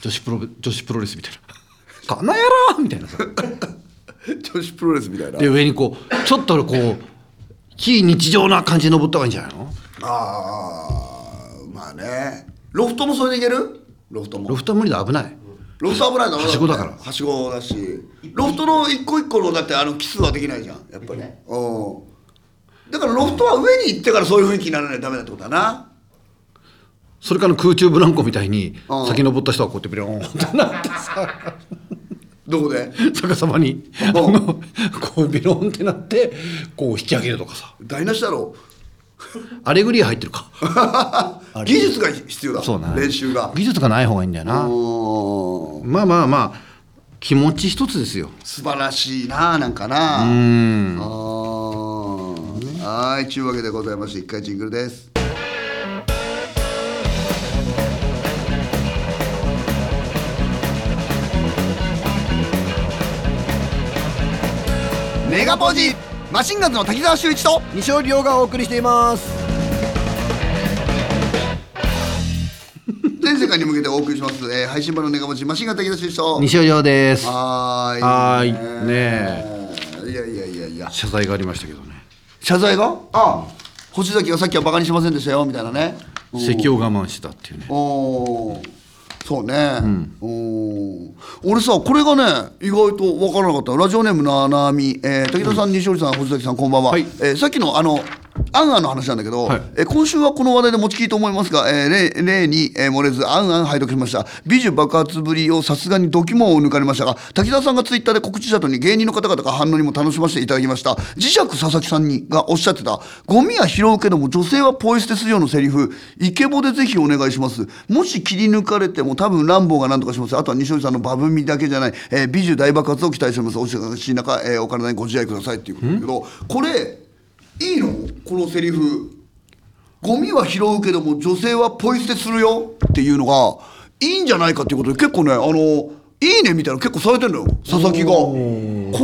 Speaker 2: 女子プロ女子プロレスみたいな「この野郎!」みたいなさ
Speaker 1: 女子プロレスみたいな
Speaker 2: で上にこうちょっとこう非日常な感じで登った方がいいんじゃないの
Speaker 1: ああまあねロフトもそれでいけるロフトも
Speaker 2: ロフトは無理だ危ない
Speaker 1: ロフト危ないだろ
Speaker 2: はしごだから
Speaker 1: はしごだしロフトの一個一個のだってあのキスはできないじゃんやっぱり
Speaker 3: できない
Speaker 1: うんだからロフトは上に行ってからそういう雰囲気にならないとダメだってことだな
Speaker 2: それから空中ブランコみたいに
Speaker 1: うん
Speaker 2: 先登った人はこうやってビローン ってなってさ
Speaker 1: どこで
Speaker 2: 逆さまにあ
Speaker 1: うん
Speaker 2: のこうビローンってなってこう引き上げるとかさ
Speaker 1: 台無しだろ
Speaker 2: アレグリア入ってる か
Speaker 1: 技術が必要だ
Speaker 2: そうだね
Speaker 1: 練習が
Speaker 2: 技術がない方がいいんだよ
Speaker 1: う
Speaker 2: な
Speaker 1: ーん
Speaker 2: まあまあまあ気持ち一つですよ
Speaker 1: 素晴らしいななんかなう
Speaker 2: うん
Speaker 1: はいちゅうわけでございまして一回ジングルですメガポージマシンガンズの滝沢秀一と
Speaker 2: 西尾亮がお送りしています
Speaker 1: 全世界に向けてお送りします、えー、配信版のネガポジマシンガンズ滝沢秀一と
Speaker 2: 西尾亮です
Speaker 1: はーい
Speaker 2: はー
Speaker 1: え
Speaker 2: い
Speaker 1: いやいやいやいや
Speaker 2: 謝罪がありましたけどね
Speaker 1: 謝罪がああ星崎がさっきはバカにしませんでしたよみたいなねうん
Speaker 2: 咳を我慢したっていうね
Speaker 1: おーそうね、おー俺さこれがね意外と分からなかったラジオネームななみ、えー、滝田さん、西堀さん星崎さんこんばんは、
Speaker 2: はい
Speaker 1: えーさっきのあのアンアンの話なんだけど、
Speaker 2: はい
Speaker 1: えー今週はこの話題で持ちきりと思いますが、えー例例に、えー漏れず、アンアン拝読しました。美女爆発ぶりをさすがに度肝を抜かれましたが、滝沢さんがツイッターで告知した後に芸人の方々が反応にも楽しませていただきました。磁石佐々木さんにがおっしゃってた、ゴミは拾うけども女性はポイ捨てするようなセリフ、イケボでぜひお願いします。もし切り抜かれても多分乱暴が何とかします。あとは西堀さんのバブミだけじゃない、えー美女大爆発を期待しております。お忙しい中、えーお体にご自愛くださいっていうことだけど、これ、いいのこのセリフゴミは拾うけども女性はポイ捨てするよっていうのがいいんじゃないかっていうことで結構ねあのいいねみたいなの結構されてるのよ佐々木がこ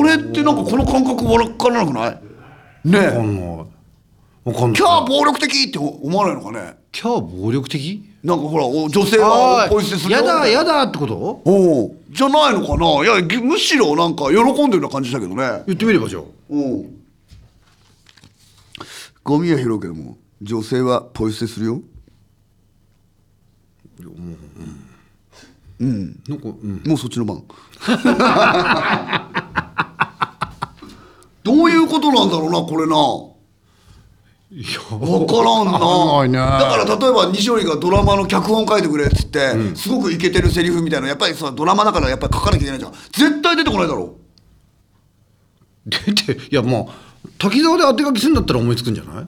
Speaker 1: れってなんかこの感覚分からなくない
Speaker 2: あ
Speaker 1: ねえ
Speaker 2: のわかんない
Speaker 1: キャー暴力的って思わないのかね
Speaker 2: キャー暴力的
Speaker 1: なんかほらお女性
Speaker 2: あ
Speaker 1: は
Speaker 2: ー
Speaker 1: ポイ捨てするよ
Speaker 2: や
Speaker 1: みたいな
Speaker 2: だやだってこと
Speaker 1: おうじゃないのかないやぎむしろなんか喜んでるような感じだけどね
Speaker 2: 言ってみればじゃあ
Speaker 1: おうゴミは拾うけども女性はポイ捨てするよ
Speaker 2: なんかうん
Speaker 1: もうそっちの番。 どういうことなんだろうな、これな。
Speaker 2: いや
Speaker 1: わからんな。
Speaker 2: わかんないね
Speaker 1: だから例えば西織がドラマの脚本書いてくれっつって、すごくイケてるセリフみたいな、やっぱりさ、ドラマだからやっぱり書かなきゃいけないじゃん。絶対出てこないだろ。
Speaker 2: 出ていやまあ滝沢で当て書きするんだったら思いつくんじゃない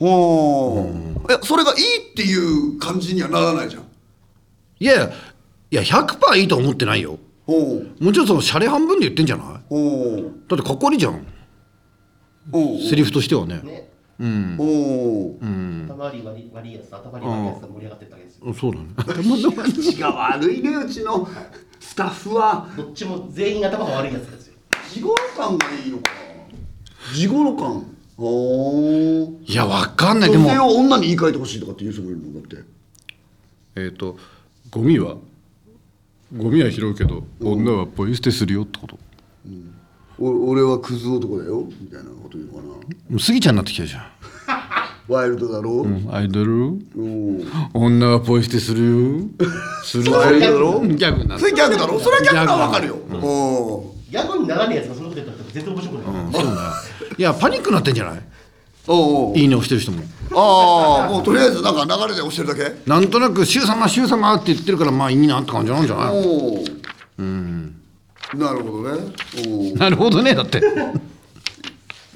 Speaker 2: う
Speaker 1: うん、え、それがいいっていう感じにはならないじゃん。
Speaker 2: いやいやいや100%いいとは思ってないよ
Speaker 1: おう
Speaker 2: もちろんそのシャレ半分で言ってんじゃない
Speaker 1: おう
Speaker 2: だってかっこ悪いじゃん
Speaker 1: おう
Speaker 2: セリフとしてはね
Speaker 3: ね、
Speaker 1: おう
Speaker 3: 頭悪い悪い悪いやつ、頭悪い悪いやつが盛り上がってったわけですよ。
Speaker 2: うんそうだね
Speaker 1: 口が悪いね、うちのスタッフは。
Speaker 3: どっちも全員頭が悪いやつですよ。
Speaker 1: 地頃感がいいのかな地頃感おお
Speaker 2: いやわかんないで
Speaker 1: 女
Speaker 2: も
Speaker 1: 性を女に言い換えてほしいとかって言う人もいるのだって
Speaker 2: えっ、とゴミはゴミは拾うけど女はポイ捨てするよってこと
Speaker 1: お俺はクズ男だよみたいなこと言うのかな
Speaker 2: もうスギちゃんになってきたじゃん
Speaker 1: ワイルドだろう、
Speaker 2: アイドル
Speaker 1: うん、
Speaker 2: 女はポイ捨てするよする
Speaker 1: それギャグ
Speaker 2: ぜ
Speaker 1: だろ
Speaker 2: ギャグなん
Speaker 1: それギャグだろそれはギャグならわかるよ、
Speaker 2: ギ
Speaker 1: お
Speaker 3: ギャグにならねえやつがそのこと言ったら全然面白くない。
Speaker 2: そうねいやパニックになってんじゃない
Speaker 1: おー
Speaker 2: いいねをしてる人も
Speaker 1: ああもうとりあえずなんか流れで押してるだけ
Speaker 2: なんとなく「柊様柊様」って言ってるからまあいいなって感じなんじゃ
Speaker 1: お
Speaker 2: ない
Speaker 1: おうんなるほどねおお
Speaker 2: なるほどねだって
Speaker 1: い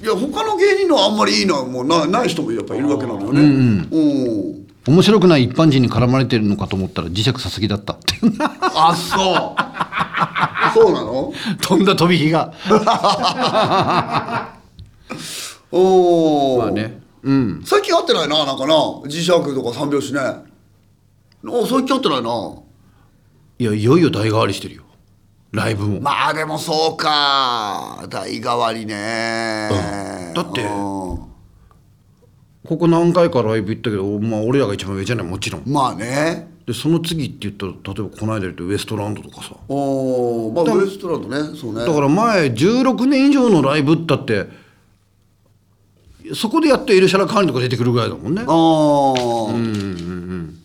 Speaker 1: や他の芸人のはあんまりいいのはもうなない人もやっぱいるわけなのよねおお
Speaker 2: 面白くない一般人に絡まれてるのかと思ったら磁石さすぎだった っていうな
Speaker 1: あそうそうなの
Speaker 2: 飛んだ飛び火が
Speaker 1: おお、
Speaker 2: まあねうん
Speaker 1: 最近会ってないななんかな磁石とか三拍子ねお最近会ってないない
Speaker 2: やいよいよ代替わりしてるよライブも、
Speaker 1: まあでもそうか代替わりね、
Speaker 2: うんだって
Speaker 1: う
Speaker 2: ここ何回かライブ行ったけど、まあ、俺らが一番上じゃないもちろん
Speaker 1: んまあね
Speaker 2: でその次って言ったら例えばこの間で言うとウエストランドとかさ
Speaker 1: おーまあウエストランドねそうね
Speaker 2: だから前16年以上のライブだってそこでやってエルシャラカーニとか出てくるぐらいだもんね
Speaker 1: ああうんうんうん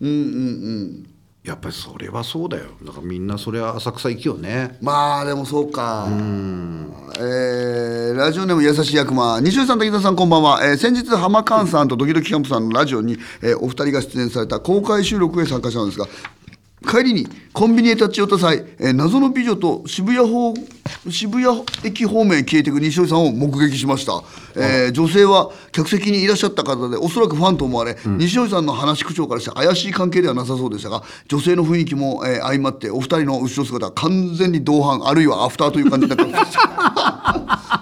Speaker 1: うんうん
Speaker 2: やっぱりそれはそうだよだからみんなそれは浅草行きよね
Speaker 1: まあでもそうかえーラジオネーム優しい悪魔西尾さん滝沢さんこんばんは、えー先日浜寛さんとドキドキキャンプさんのラジオに、えーお二人が出演された公開収録へ参加したのですが帰りにコンビニへ立ち寄った際、えー謎の美女と渋谷方渋谷駅方面へ消えていく西尾さんを目撃しました、えー女性は客席にいらっしゃった方でおそらくファンと思われ、西尾さんの話し口調からして怪しい関係ではなさそうでしたが女性の雰囲気も、えー相まってお二人の後ろ姿は完全に同伴あるいはアフターという感じになってました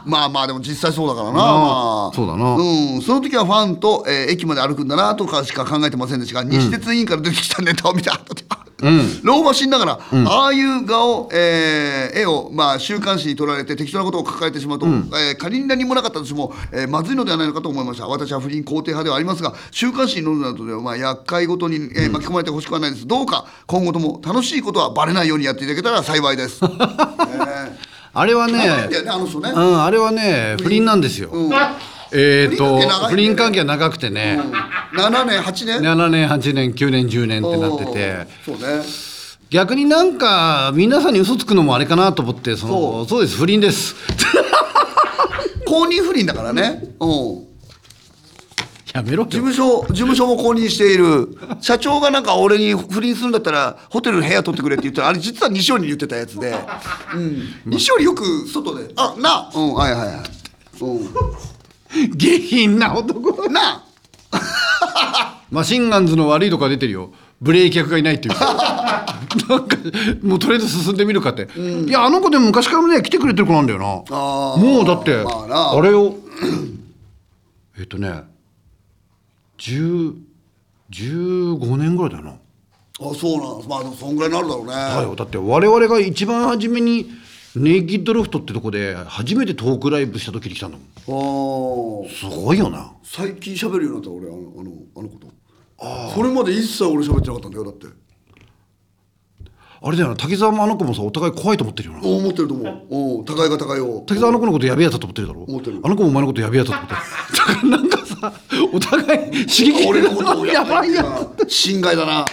Speaker 1: まあまあでも実際そうだからな、まあ、
Speaker 2: そうだな
Speaker 1: うんその時はファンと、えー駅まで歩くんだなとかしか考えてませんでしたが、西鉄委員から出てきたネタを見た後で、老婆死んだから、ああいう顔、えー絵を、まあ、週刊誌に撮られて適当なことを抱えてしまうと、えー仮に何もなかったとしても、えーまずいのではないのかと思いました私は不倫肯定派ではありますが週刊誌に載るなどでは、まあ、厄介ごとに、えー巻き込まれてほしくはないですどうか今後とも楽しいことはバレないようにやっていただけたら幸いです、えー
Speaker 2: あれはね
Speaker 1: 長いんだよねあの人ね
Speaker 2: うんあれはね不倫なんですよ、
Speaker 1: うん
Speaker 2: えっ、と不
Speaker 1: 不倫関
Speaker 2: 倫関係は長くてね、
Speaker 1: 7年8年
Speaker 2: 7年8年9年10年ってなってて
Speaker 1: そうね
Speaker 2: 逆になんか皆さんに嘘つくのもあれかなと思ってそのそうです不倫です
Speaker 1: 公認不倫だからね、うん、
Speaker 2: やめろ
Speaker 1: 事務所事務所も公認している社長がなんか俺に不倫するんだったらホテルの部屋取ってくれって言ったらあれ実は西尾に言ってたやつで、うん、西尾によく外で「あなあうんはいはいはい」う
Speaker 2: 下品な男
Speaker 1: ん、なあ
Speaker 2: マシンガンズの悪いとこが出てるよブレーキ役がいないっていう なんかもうとりあえず進んでみるかって、いやあの子でも昔からね来てくれてる子なんだよな
Speaker 1: あー
Speaker 2: もうだって、
Speaker 1: まあ
Speaker 2: あ
Speaker 1: な、
Speaker 2: れをえっとね10 15年ぐらいだよな
Speaker 1: あそうなんまあでもそんぐらいになるだろうね
Speaker 2: だよだって我々が一番初めにネイキッドロフトってとこで初めてトークライブした時に来たんだもん
Speaker 1: あー
Speaker 2: すごいよな
Speaker 1: 最近喋るようになった俺あのあのあのことこれまで一切俺喋ってなかったんだよだって
Speaker 2: あれだよな滝沢もあの子もさお互い怖いと思ってるよな
Speaker 1: 思ってると思ううん高いが高いを
Speaker 2: 滝沢あの子のことやべえやつだと思ってるだろ
Speaker 1: 思ってる
Speaker 2: あの子もお前のことやべえやつだと思ってるだからなんかさお互い刺激的
Speaker 1: 俺
Speaker 2: な
Speaker 1: のことをや
Speaker 2: やば
Speaker 1: ばい
Speaker 2: い
Speaker 1: や
Speaker 2: や
Speaker 1: 侵害だな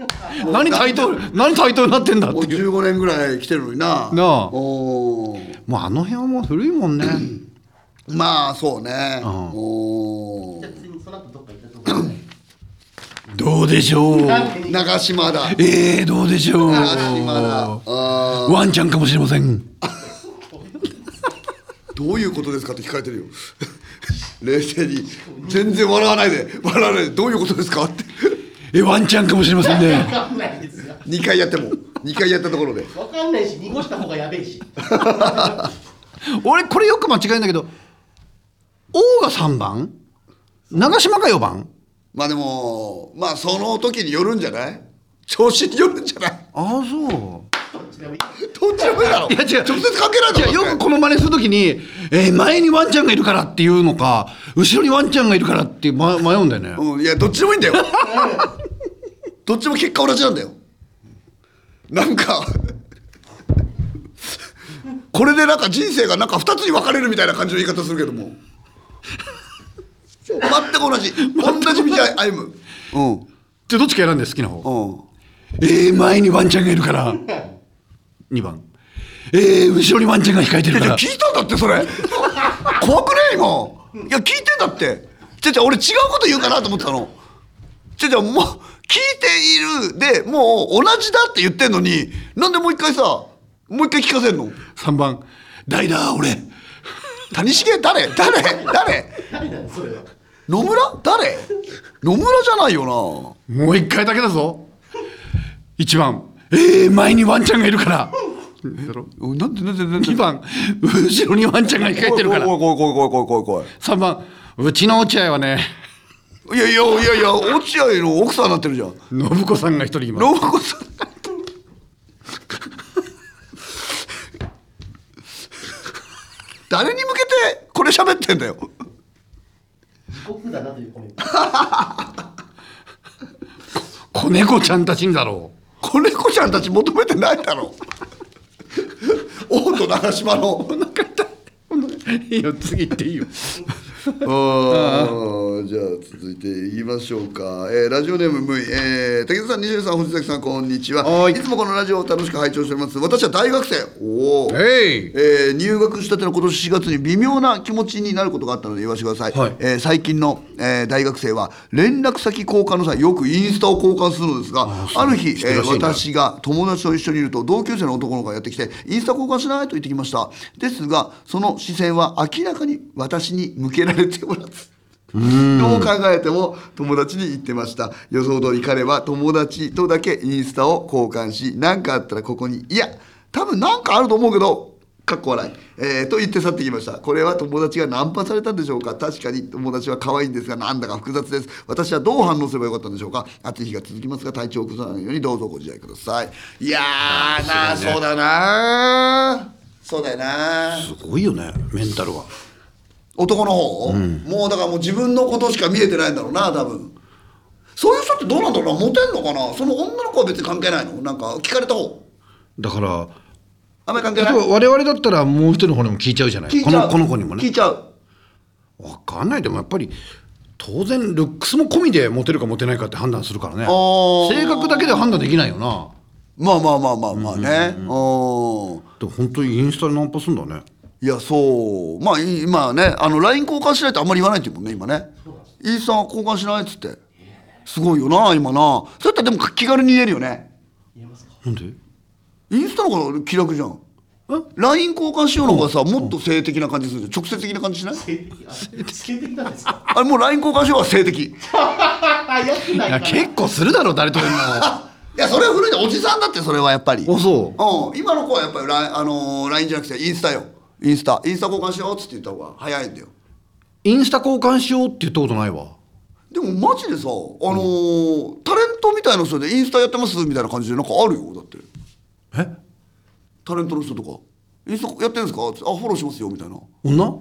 Speaker 2: つ何対等何対等になってんだって
Speaker 1: もう15年ぐらい来てるのにな
Speaker 2: なあ
Speaker 1: おー
Speaker 2: もうあの辺はもう古いもんね
Speaker 1: まあそうね、
Speaker 2: ん
Speaker 1: お
Speaker 3: じゃあ
Speaker 1: ー
Speaker 3: 普通にその後どっか行ったと思うんで
Speaker 2: どうでしょう
Speaker 3: なんで
Speaker 1: 長島だ
Speaker 2: えー、どうでしょう
Speaker 1: 長島だあ
Speaker 2: ワンちゃんかもしれません
Speaker 1: ーどういうことですかって聞かれてるよ 冷静に全然笑わないで笑わないでどういうことですかって
Speaker 2: えワンちゃんかもしれませんね
Speaker 3: わかんないですよ
Speaker 1: 2回やっても2回やったところで
Speaker 3: わかんないし濁した方がやべえし
Speaker 2: 俺これよく間違えんだけど王が3番長島が4番
Speaker 1: まあでもまあその時によるんじゃない調子によるんじゃない
Speaker 2: ああそう
Speaker 3: どっちでもいい
Speaker 1: どっちでもいいだろ
Speaker 2: いや違う
Speaker 1: 直接関係ないだ
Speaker 2: いや
Speaker 1: ろ
Speaker 2: よ
Speaker 1: だっ
Speaker 2: く
Speaker 1: て
Speaker 2: この真似するときに、えー前にワンちゃんがいるからっていうのか後ろにワンちゃんがいるからって、ま、迷うんだよね、
Speaker 1: うん、いやどっちでもいいんだよどっちも結果同じなんだよなんかこれでなんか人生がなんか2つに分かれるみたいな感じの言い方するけども全く同じ同じ道歩むうん
Speaker 2: じゃあどっちか選んで好きな方
Speaker 1: うん
Speaker 2: えー前にワンちゃんがいるから2番えー後ろにワンちゃんが控えてる
Speaker 1: い
Speaker 2: か
Speaker 1: や
Speaker 2: ら
Speaker 1: 聞いたんだってそれ怖くねえ今いや聞いてんだってじゃじゃ俺違うこと言うかなと思ってたのじゃじゃもう聞いているでもう同じだって言ってんのになんでもう一回さもう一回聞かせんの
Speaker 2: 3番代打俺
Speaker 1: 谷繁誰誰誰
Speaker 3: 何なのそれは
Speaker 1: 野村誰野村じゃないよ
Speaker 2: もう1回だけだぞ1番えー前にワンちゃんがいるから
Speaker 1: ななんでなんでなんで
Speaker 2: 2番後ろにワンちゃんが控えてるから
Speaker 1: 怖い怖い怖い怖い怖い怖い怖い
Speaker 2: 3番うちの落合はね
Speaker 1: いやいやいやいや落合の奥さんになってるじゃん
Speaker 2: 信子さんが一人います
Speaker 1: ロボコさん誰に向けてこれ喋ってんだよ
Speaker 3: 地獄だなというコメント
Speaker 2: 子猫ちゃんたちにだろう
Speaker 1: 子猫ちゃんたち求めてないだろ 王と長島の
Speaker 2: いいよ次行っていいよ
Speaker 1: ああじゃあ続いていきましょうか、えーラジオネームむい、えー、竹田さん西出さん星崎さんこんにちは
Speaker 2: はい
Speaker 1: いつもこのラジオを楽しく拝聴しております私は大学生おお
Speaker 2: えい
Speaker 1: えー入学したての今年4月に微妙な気持ちになることがあったので言わせてください、
Speaker 2: はい
Speaker 1: えー最近の、えー大学生は連絡先交換の際よくインスタを交換するのですがある日、
Speaker 2: して
Speaker 1: え
Speaker 2: らっ
Speaker 1: ー
Speaker 2: しゃるんだ
Speaker 1: 私が友達と一緒にいると同級生の男の子がやってきてインスタ交換しないと言ってきましたですがその視線は明らかに私に向けられておらずどう考えても友達に言ってました予想通り彼は友達とだけインスタを交換し何かあったらここにいや多分何かあると思うけどかっこ笑い、えーと言って去ってきましたこれは友達がナンパされたんでしょうか確かに友達は可愛いんですがなんだか複雑です私はどう反応すればよかったんでしょうか暑い日が続きますが体調を崩さないようにどうぞご自愛くださいいやーなあそうだなそうだよな
Speaker 2: すごいよねメンタルは
Speaker 1: 男の方、もうだからもう自分のことしか見えてないんだろうな多分そういう人ってどうなんだろうなモテんのかなその女の子は別に関係ないのなんか聞かれた方
Speaker 2: だから
Speaker 1: あんまり関係
Speaker 2: 例え
Speaker 1: ない
Speaker 2: ば我々だったらもう一人の方にも聞いちゃうじゃない
Speaker 1: 聞い
Speaker 2: こ
Speaker 1: ちゃ
Speaker 2: の
Speaker 1: う
Speaker 2: この子にもね
Speaker 1: 聞いちゃう
Speaker 2: わかんないでもやっぱり当然ルックスも込みでモテるかモテないかって判断するからね
Speaker 1: ー
Speaker 2: 性格だけでは判断できないよな
Speaker 1: まあまあまあまあまあねうん
Speaker 2: でも本当にインスタでナンパすんだね
Speaker 1: いやそうまあい今ねあの LINE 交換しないってあんまり言わないっていうもんね今ねインスタは交換しないっつってすごいよな今なそうやったらでも気軽に言えるよね
Speaker 3: 言えますか
Speaker 2: なんで
Speaker 1: インスタの方が気楽じゃん
Speaker 2: え
Speaker 1: LINE 交換しようの方がさもっと性的な感じするじゃん直接的な感じしない
Speaker 3: 性的あ性的なんですか
Speaker 1: あれもう LINE 交換しようは性的い
Speaker 3: あよくない
Speaker 2: い
Speaker 3: か
Speaker 2: や
Speaker 3: ら
Speaker 2: 結構するだろ誰とでも
Speaker 1: やそれは古いなおじさんだってそれはやっぱり
Speaker 2: あそう
Speaker 1: うん、今の子はやっぱり LINE、あのー、LINE じゃなくてインスタよインスタインスタ交換しようっつって言った方が早いんだよ
Speaker 2: インスタ交換しようって言ったことないわ
Speaker 1: でもマジでさあのータレントみたいな人でインスタやってますみたいな感じでなんかあるよだって
Speaker 2: え
Speaker 1: タレントの人とかインスタやってるんですかつってあフォローしますよみたいなも
Speaker 2: 女
Speaker 1: う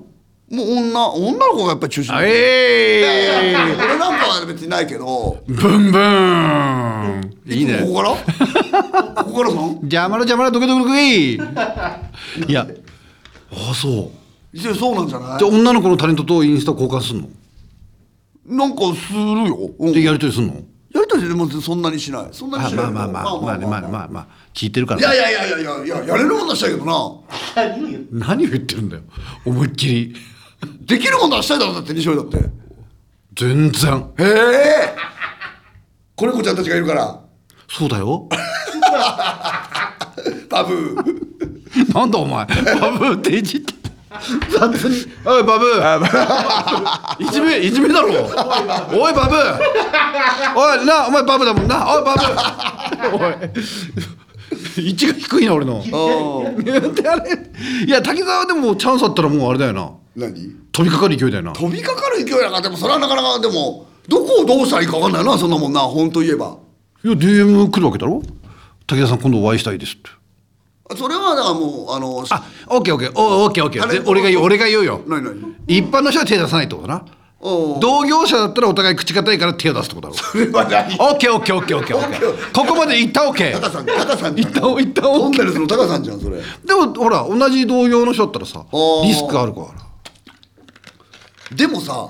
Speaker 1: 女女の子がやっぱり中心だよ
Speaker 2: ええ
Speaker 1: 俺なんかは別にないけど
Speaker 2: ブンブーンいいね
Speaker 1: ここからここからさん
Speaker 2: 邪魔だ邪魔だドキドキドキいやあそう
Speaker 1: いやそうなんじゃない
Speaker 2: じゃあ女の子のタレントとインスタ交換すんの
Speaker 1: なんかするよ、うん
Speaker 2: でやり取りすんの
Speaker 1: やりとりでもそんなにしないそんなに
Speaker 2: あ
Speaker 1: しない
Speaker 2: まあまあまあまあねまあまあまあ聞いてるから
Speaker 1: いやいやいやいやいやいややれるもんだしたいけどな
Speaker 3: 何を言って
Speaker 2: 何を言ってるんだよ思いっきり
Speaker 1: できるもんだしたいだろだって西尾だってへ
Speaker 2: 全然
Speaker 1: えこれ子ちゃんたちがいるから
Speaker 2: そうだよ
Speaker 1: タブー
Speaker 2: なんだお前バブーっていじって雑に「おいバブー」いじめいじめだろ「おいバブー」「おいなお前バブだもんなおいバブー」おい位置が低いな俺のであれいや滝沢でもチャンスあったらもうあれだよな
Speaker 1: 何
Speaker 2: 飛びかかる勢いだよな
Speaker 1: 飛びかかる勢いだからでもそれはなかなかでもどこをどうしたらいいか分かんないよなそんなもんな本当言えば
Speaker 2: いや DM 来るわけだろ滝沢さん今度お会いしたいですって
Speaker 1: それはだからもうあの
Speaker 2: あオッケーオッケーおオッケーオッケ
Speaker 1: あれ
Speaker 2: ーぜ俺が言う俺が言うよ
Speaker 1: 何何
Speaker 2: 一般の人は手出さないってことだな
Speaker 1: おう
Speaker 2: 同業者だったらお互い口堅いから手を出すってことだろ
Speaker 1: それは何
Speaker 2: オッケーオッケーオッケーオッケーオッケーここまでいったオッケ
Speaker 1: タカ
Speaker 2: ー
Speaker 1: さんタカさんじゃん
Speaker 2: 一旦一旦
Speaker 1: トンネルズのタカさんじゃんそれ
Speaker 2: でもほら同じ同業の人だったらさ
Speaker 1: ー
Speaker 2: リスクあるから
Speaker 1: でもさ、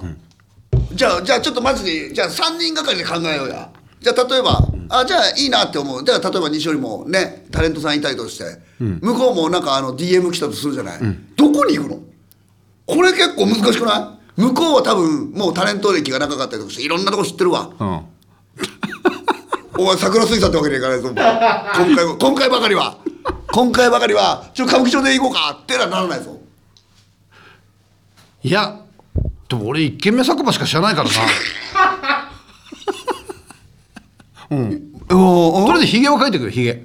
Speaker 1: じゃあじゃあちょっとマジでじゃあ3人がかりで考えようやじゃあ例えば、あじゃあいいなって思うじゃあ例えば西織もねタレントさんいたりとして、向こうもなんかあの DM 来たとするじゃない、どこに行くのこれ結構難しくない向こうは多分もうタレント歴が長かったりとかしていろんなとこ知ってるわ
Speaker 2: うん
Speaker 1: お前桜水産ってわけにはいかないぞお前今 回も今回ばかりは今回ばかりはちょっと歌舞伎町で行こうかってのはならないぞ
Speaker 2: いやでも俺一軒目酒場しか知らないから なうん
Speaker 1: お
Speaker 2: これでヒゲを描いてくるヒゲ
Speaker 1: 違う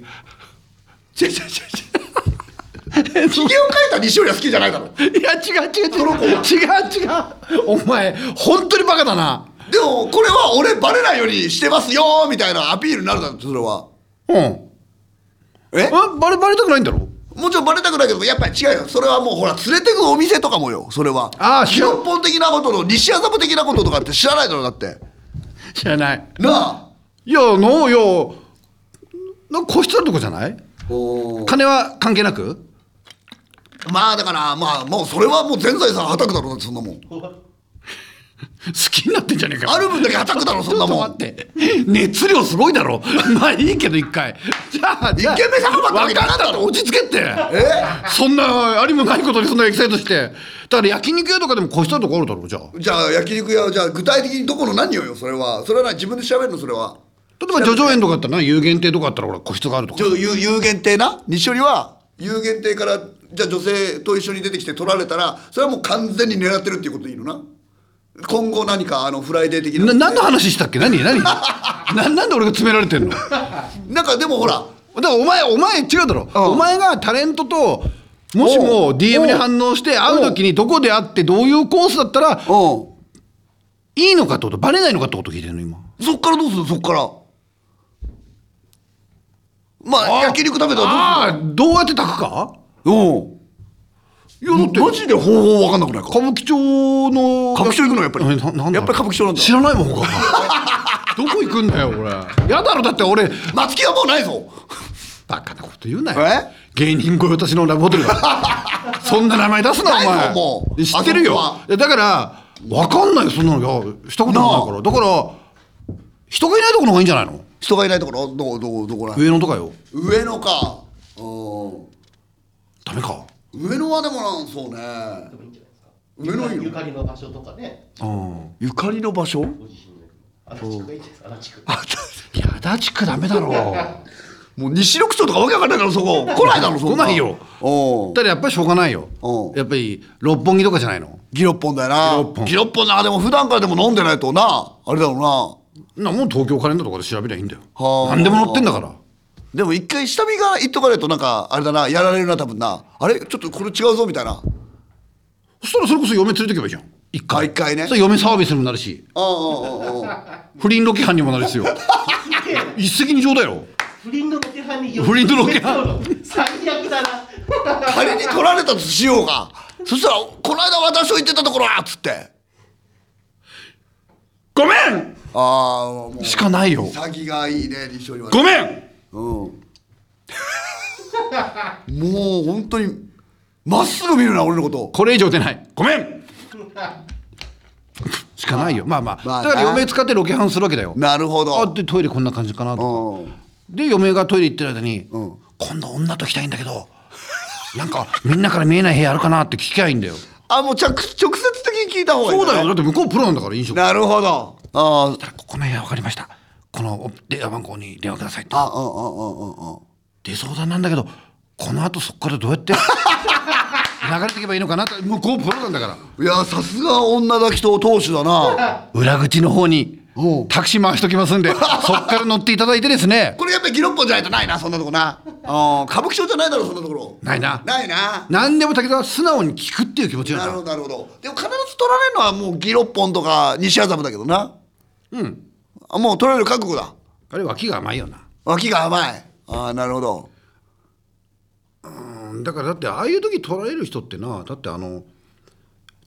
Speaker 1: 違う違う違うひげを描いた西織は好きじゃないだろ
Speaker 2: いや違う違う違う違う違うお前本当にバカだな
Speaker 1: でもこれは俺バレないようにしてますよーみたいなアピールになるだろそれは
Speaker 2: うん
Speaker 1: え
Speaker 2: あバレバレたくないんだろ
Speaker 1: もちろんバレたくないけどやっぱり違うよそれはもうほら連れてくお店とかもよそれは
Speaker 2: あー知
Speaker 1: 根
Speaker 2: らん
Speaker 1: 本的なことの西麻布的なこととかって知らないだろだって
Speaker 2: 知らない
Speaker 1: なあ
Speaker 2: いやのいやなんか個室あるとこじゃない金は関係なく
Speaker 1: まあだからまあもうそれはもう全財産はたくだろだってそんなもん
Speaker 2: 好きになってんじゃねえかよ
Speaker 1: ある分だけはたくだろそんなも
Speaker 2: ちょっ
Speaker 1: ん
Speaker 2: と待って熱量すごいだろ まあいいけど一回じゃあじゃあ
Speaker 1: 一軒目酒場ってわけ
Speaker 2: 分
Speaker 1: じゃ
Speaker 2: か
Speaker 1: なか
Speaker 2: っ
Speaker 1: ったろ
Speaker 2: たら落ち着けって
Speaker 1: え
Speaker 2: そんなありもないことにそんなエキサイトしてだから焼肉屋とかでも個室あるとこあるだろうじゃあ
Speaker 1: じゃあ焼肉屋はじゃあ具体的にどこの何をよそれはそれは何自分で調べるのそれは
Speaker 2: 例えば叙々苑とかあったらな有限定とかあったらほら個室があると
Speaker 1: ち
Speaker 2: か
Speaker 1: ょっと有有限定な西寄りは有限定からじゃあ女性と一緒に出てきて取られたらそれはもう完全に狙ってるっていうことでいいのな今後何かあのフライデー的な
Speaker 2: な何の話したっけ何 何ななんで俺が詰められてんのだか
Speaker 1: なんかでもほら
Speaker 2: らお前お前違うだろ、
Speaker 1: うん
Speaker 2: お前がタレントともし
Speaker 1: おう
Speaker 2: も DM に反応して会う時にどこで会ってどういうコースだったらいいのかってことバレないのかってこと聞いてんの今
Speaker 1: そっからどうするそっからまあ
Speaker 2: あ
Speaker 1: 焼肉食べたら
Speaker 2: ああどうやって炊くか
Speaker 1: どうするのいやだってマジで方法分かんなくないか
Speaker 2: 歌舞伎町の
Speaker 1: 歌舞伎町行くのやっぱり
Speaker 2: えななんだ
Speaker 1: やっぱり歌舞伎町なんだ
Speaker 2: 知らないもん 他どこ行くんだよ俺やだろだって俺
Speaker 1: 松木はもうないぞ
Speaker 2: バカなこと言うなよ
Speaker 1: え
Speaker 2: 芸人御用達のラブホテル がそんな名前出すな
Speaker 1: ないぞ
Speaker 2: お
Speaker 1: もう
Speaker 2: 前知ってる
Speaker 1: あ
Speaker 2: よ
Speaker 1: そこはい
Speaker 2: やだから分かんないよそんなのいやしたこともないからだから人がいないとこの方がいいんじゃないの
Speaker 1: 人がいないところどこどこどこら
Speaker 2: 上野とかよ
Speaker 1: 上野かうん
Speaker 2: ダメか
Speaker 1: 上野はでもなんそうね
Speaker 3: でもいいんじゃないですか
Speaker 1: 上野いいの
Speaker 3: ゆかりの場所とかね
Speaker 2: うんゆかりの場所
Speaker 3: ご自身で足立区がいいんじゃないですか足立区
Speaker 2: あいや足立区ダメだろ
Speaker 1: もう西緑町とかわけわかんないからそこ来ないだろそん
Speaker 2: 来ないよ
Speaker 1: お
Speaker 2: だからやっぱりしょうがないよ
Speaker 1: うん
Speaker 2: やっぱり六本木とかじゃないの
Speaker 1: ギロッポンだよな
Speaker 2: ギロッポン
Speaker 1: ギロッポンなでも普段からでも飲んでないとなあれだろうな
Speaker 2: なもう東京カレンダーとかで調べりゃいいんだよ
Speaker 1: はあ
Speaker 2: 何でも載ってんだから
Speaker 1: でも一回下見から行っとかないとなんかあれだなやられるな多分なあれちょっとこれ違うぞみたいな
Speaker 2: そしたらそれこそ嫁連れてけばいいじゃん
Speaker 1: あ
Speaker 2: 一回
Speaker 1: 一回ね
Speaker 2: それ嫁サービスにもなるし
Speaker 1: ああああああ
Speaker 2: 不倫ロケ犯にもなるしよ
Speaker 3: すげえな
Speaker 2: 一石二鳥だよ
Speaker 3: 不倫のロケハンに
Speaker 2: 不倫のロケハ
Speaker 3: 最悪だな
Speaker 1: 仮に取られたとしようがそしたら「この間私を言ってたところは」っつって
Speaker 2: ごめん
Speaker 1: ああもう
Speaker 2: しかないよ
Speaker 1: 先がいいね西尾には
Speaker 2: ごめん
Speaker 1: うん、もう本当にまっすぐ見るな俺のこと
Speaker 2: これ以上出ないごめんしかないよまあまあ、
Speaker 1: まあな
Speaker 2: だから嫁使ってロケハンするわけだよ
Speaker 1: なるほ
Speaker 2: あ
Speaker 1: ど
Speaker 2: でトイレこんな感じかな
Speaker 1: う
Speaker 2: と
Speaker 1: ん
Speaker 2: で嫁がトイレ行ってる間に、
Speaker 1: うん
Speaker 2: 今度女と来たいんだけどなんかみんなから見えない部屋あるかなって聞きゃいいんだよ
Speaker 1: あもうちゃ直接的に聞いた方がいいん
Speaker 2: そうだ
Speaker 1: ね
Speaker 2: よだって向こうプロなんだから飲食
Speaker 1: なるほどあー
Speaker 2: ここの部屋分かりましたこの電話番号に電話くださいって
Speaker 1: あうんうんうんうんうん
Speaker 2: 出相談なんだけどこの後そこからどうやって 流れていけばいいのかなって向こうプロなんだから
Speaker 1: いやさすが女抱き党党首だな
Speaker 2: 裏口の方に
Speaker 1: おう
Speaker 2: タクシー回しとき ますんでそっから乗っていただいてですね
Speaker 1: これやっぱりギロッポンじゃないとないなそんなとこなあー歌舞伎町じゃないだろそんなところ
Speaker 2: ないな
Speaker 1: ないな
Speaker 2: 何でも武田は素直に聞くっていう気持ち
Speaker 1: な
Speaker 2: な
Speaker 1: るほ
Speaker 2: の
Speaker 1: どなるほどでも必ず取られるのはもうギロッポンとか西麻布だけどな
Speaker 2: うん
Speaker 1: あもう取られる覚悟だ
Speaker 2: あれ脇が甘いよな
Speaker 1: 脇が甘いああなるほど
Speaker 2: うんだからだってああいう時取られる人ってなだってあの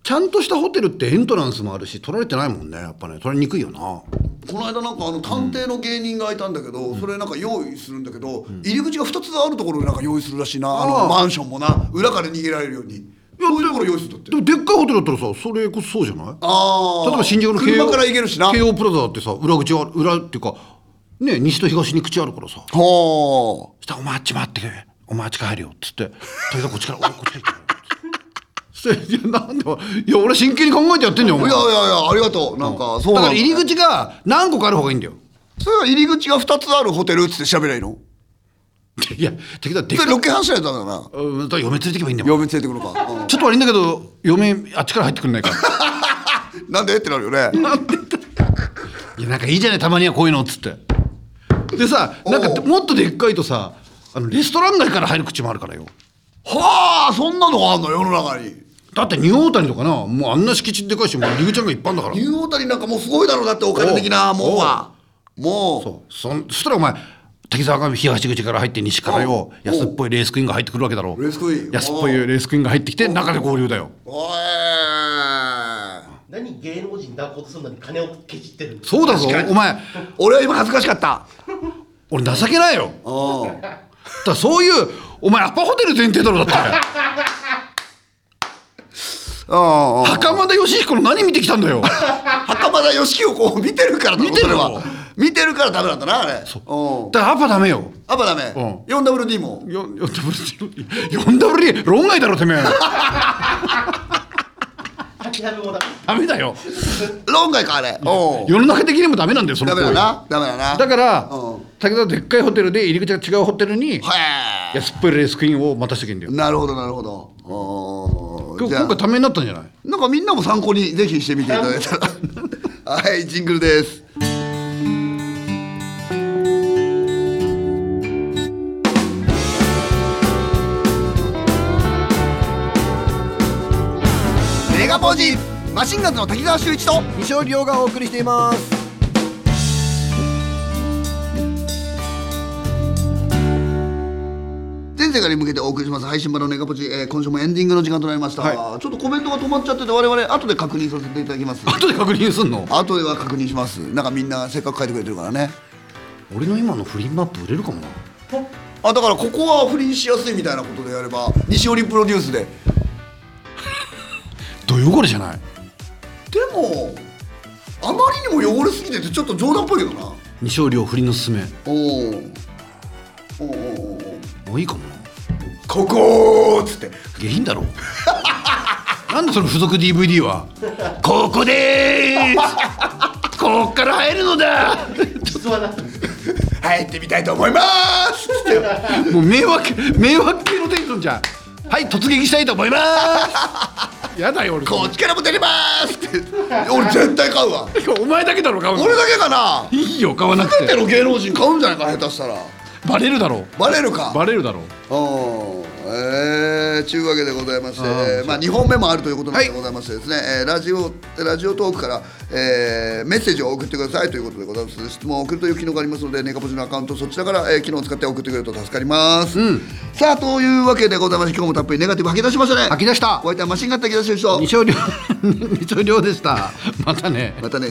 Speaker 2: ちゃんとしたホテルってエントランスもあるし取られてないもんねやっぱね取られにくいよな
Speaker 1: この間なんかあの探偵の芸人がいたんだけど、それなんか用意するんだけど、入り口が2つあるところになんか用意するらしいなあ
Speaker 2: あ
Speaker 1: の
Speaker 2: あ
Speaker 1: マンションもな裏から逃げられるようにそういうところ用意するんだって
Speaker 2: でもでっかいホテルだったらさそれこそそうじゃない
Speaker 1: ああ
Speaker 2: 例えば新宿の慶
Speaker 1: 車
Speaker 2: 応
Speaker 1: から行けるしな
Speaker 2: 慶応プラザだってさ裏口は裏っていうかね西と東に口あるからさ
Speaker 1: ほ
Speaker 2: そしたら「お前あっち回ってくれお前あっち帰るよ」っつって「とりあえずこっちから俺こっちから行くから」そしていやなんでいや俺真剣に考えてやってんじゃんお
Speaker 1: ういや
Speaker 2: 前
Speaker 1: いやいやありがとうなんかそう
Speaker 2: だ
Speaker 1: なんだ
Speaker 2: から入り口が何個かある方がいいんだよ
Speaker 1: それは入り口が2つあるホテルっつって喋りゃいいの
Speaker 2: いや敵だでっ
Speaker 1: そ
Speaker 2: か
Speaker 1: れロケハンしないとダメだな
Speaker 2: うんだから嫁連れてけばいいんだよ
Speaker 1: 嫁連れてくの か、うん
Speaker 2: ちょっと悪いんだけど嫁あっちから入ってくんないか
Speaker 1: なんでってなるよね
Speaker 2: いやなんかいいじゃないたまにはこういうのっつってでさなんか
Speaker 1: おう
Speaker 2: もっとでっかいとさあのレストラン街から入る口もあるからよ
Speaker 1: はあそんなのがあんの世の中に
Speaker 2: だってニューオータニとかなもうあんな敷地でかいしもう入り口なんかいっぱいあんだから
Speaker 1: ニューオータニなんかもうすごいだろうだってお金的な
Speaker 2: お
Speaker 1: もんはもう
Speaker 2: そうそんそしたらお前滝沢が東口から入って西からよ
Speaker 1: お
Speaker 2: 安っぽいレースクイーンが入ってくるわけだろ
Speaker 1: レースクイーン
Speaker 2: 安っぽいレースクイーンが入ってきて中で合流だよ
Speaker 1: おい
Speaker 3: 何芸能人抱こうとするのに金をけちってるんですか
Speaker 2: そうだぞ
Speaker 1: 確かに
Speaker 2: お前
Speaker 1: 俺は今恥ずかしかった
Speaker 2: 俺情けないよだ
Speaker 1: う
Speaker 2: からそういうお前アパホテル前提だ ろだって
Speaker 1: んうん
Speaker 2: 袴田義彦の何見てきたんだよ
Speaker 1: 袴田義樹をこう見てるからだろ
Speaker 2: 見てる
Speaker 1: それ
Speaker 2: もん
Speaker 1: は見てるからダメなんだなあれうん
Speaker 2: だからアパダメよ
Speaker 1: あばダメ
Speaker 2: うん
Speaker 1: 4WD も
Speaker 2: 4WD 論外だろてめえ
Speaker 3: 諦めもダメ
Speaker 2: ダメだよ
Speaker 1: 論外かあれうん
Speaker 2: 世の中的にもダメなんだよその
Speaker 1: ダ
Speaker 2: 行
Speaker 1: メ
Speaker 2: 為
Speaker 1: だなダメだな
Speaker 2: だから
Speaker 1: うん
Speaker 2: 武田でっかいホテルで入り口が違うホテルに
Speaker 1: はい
Speaker 2: 安っぽいレースクイーンを待たせてけんだよ
Speaker 1: なるほどなるほどうん
Speaker 2: 今日
Speaker 1: じゃあ
Speaker 2: 今回ためになったんじゃない
Speaker 1: なんかみんなも参考にぜひしてみていただいたら はいジングルですメガポージマシンガンズの滝沢秀一と
Speaker 4: 西尾亮がお送りしています
Speaker 1: 全世界に向けてお送りします配信版のネガポジ、えー今週もエンディングの時間となりました、ちょっとコメントが止まっちゃってて我々後で確認させていただきます
Speaker 2: 後で確認すんの
Speaker 1: 後では確認しますなんかみんなせっかく書いてくれてるからね
Speaker 2: 俺の今のフリーマップ売れるかもな
Speaker 1: あだからここは不倫しやすいみたいなことでやれば西織プロデュースで
Speaker 2: どよこれじゃない
Speaker 1: でもあまりにも汚れすぎててちょっと冗談っぽいけどな
Speaker 2: 西尾亮不倫のすすめ
Speaker 1: おおおうおうおう
Speaker 2: もういいかもな
Speaker 1: ここーっつって
Speaker 2: 下品だろ なんでその付属 DVD はここでーすこっから入るのだ
Speaker 3: 実はな
Speaker 1: 入ってみたいと思いますっつって
Speaker 2: もう迷惑迷惑系のテンションじゃんはい突撃したいと思いますやだよ俺
Speaker 1: こっちからも出れますって俺絶対買うわ
Speaker 2: お前だけだろ買うの
Speaker 1: 俺だけかない
Speaker 2: いよ買わなく
Speaker 1: 全て
Speaker 2: て
Speaker 1: の芸能人買うんじゃないか下手したら
Speaker 2: バレるだろ
Speaker 1: バレるか
Speaker 2: バレるだろ
Speaker 1: おえー、ちゅうわけでございまして、えーまあ、2本目もあるということなんでございましてですね、えーラジオラジオトークから、えーメッセージを送ってくださいということでございます質問を送るという機能がありますのでネカポジのアカウントそちらから、えー機能を使って送ってくれると助かります、さあというわけでございまして今日もたっぷりネガティブ吐き出しましたね
Speaker 2: 吐き出した
Speaker 1: お相手はマシンガン滝出しでしょ
Speaker 2: 二勝両二勝両でしたまたね
Speaker 1: またね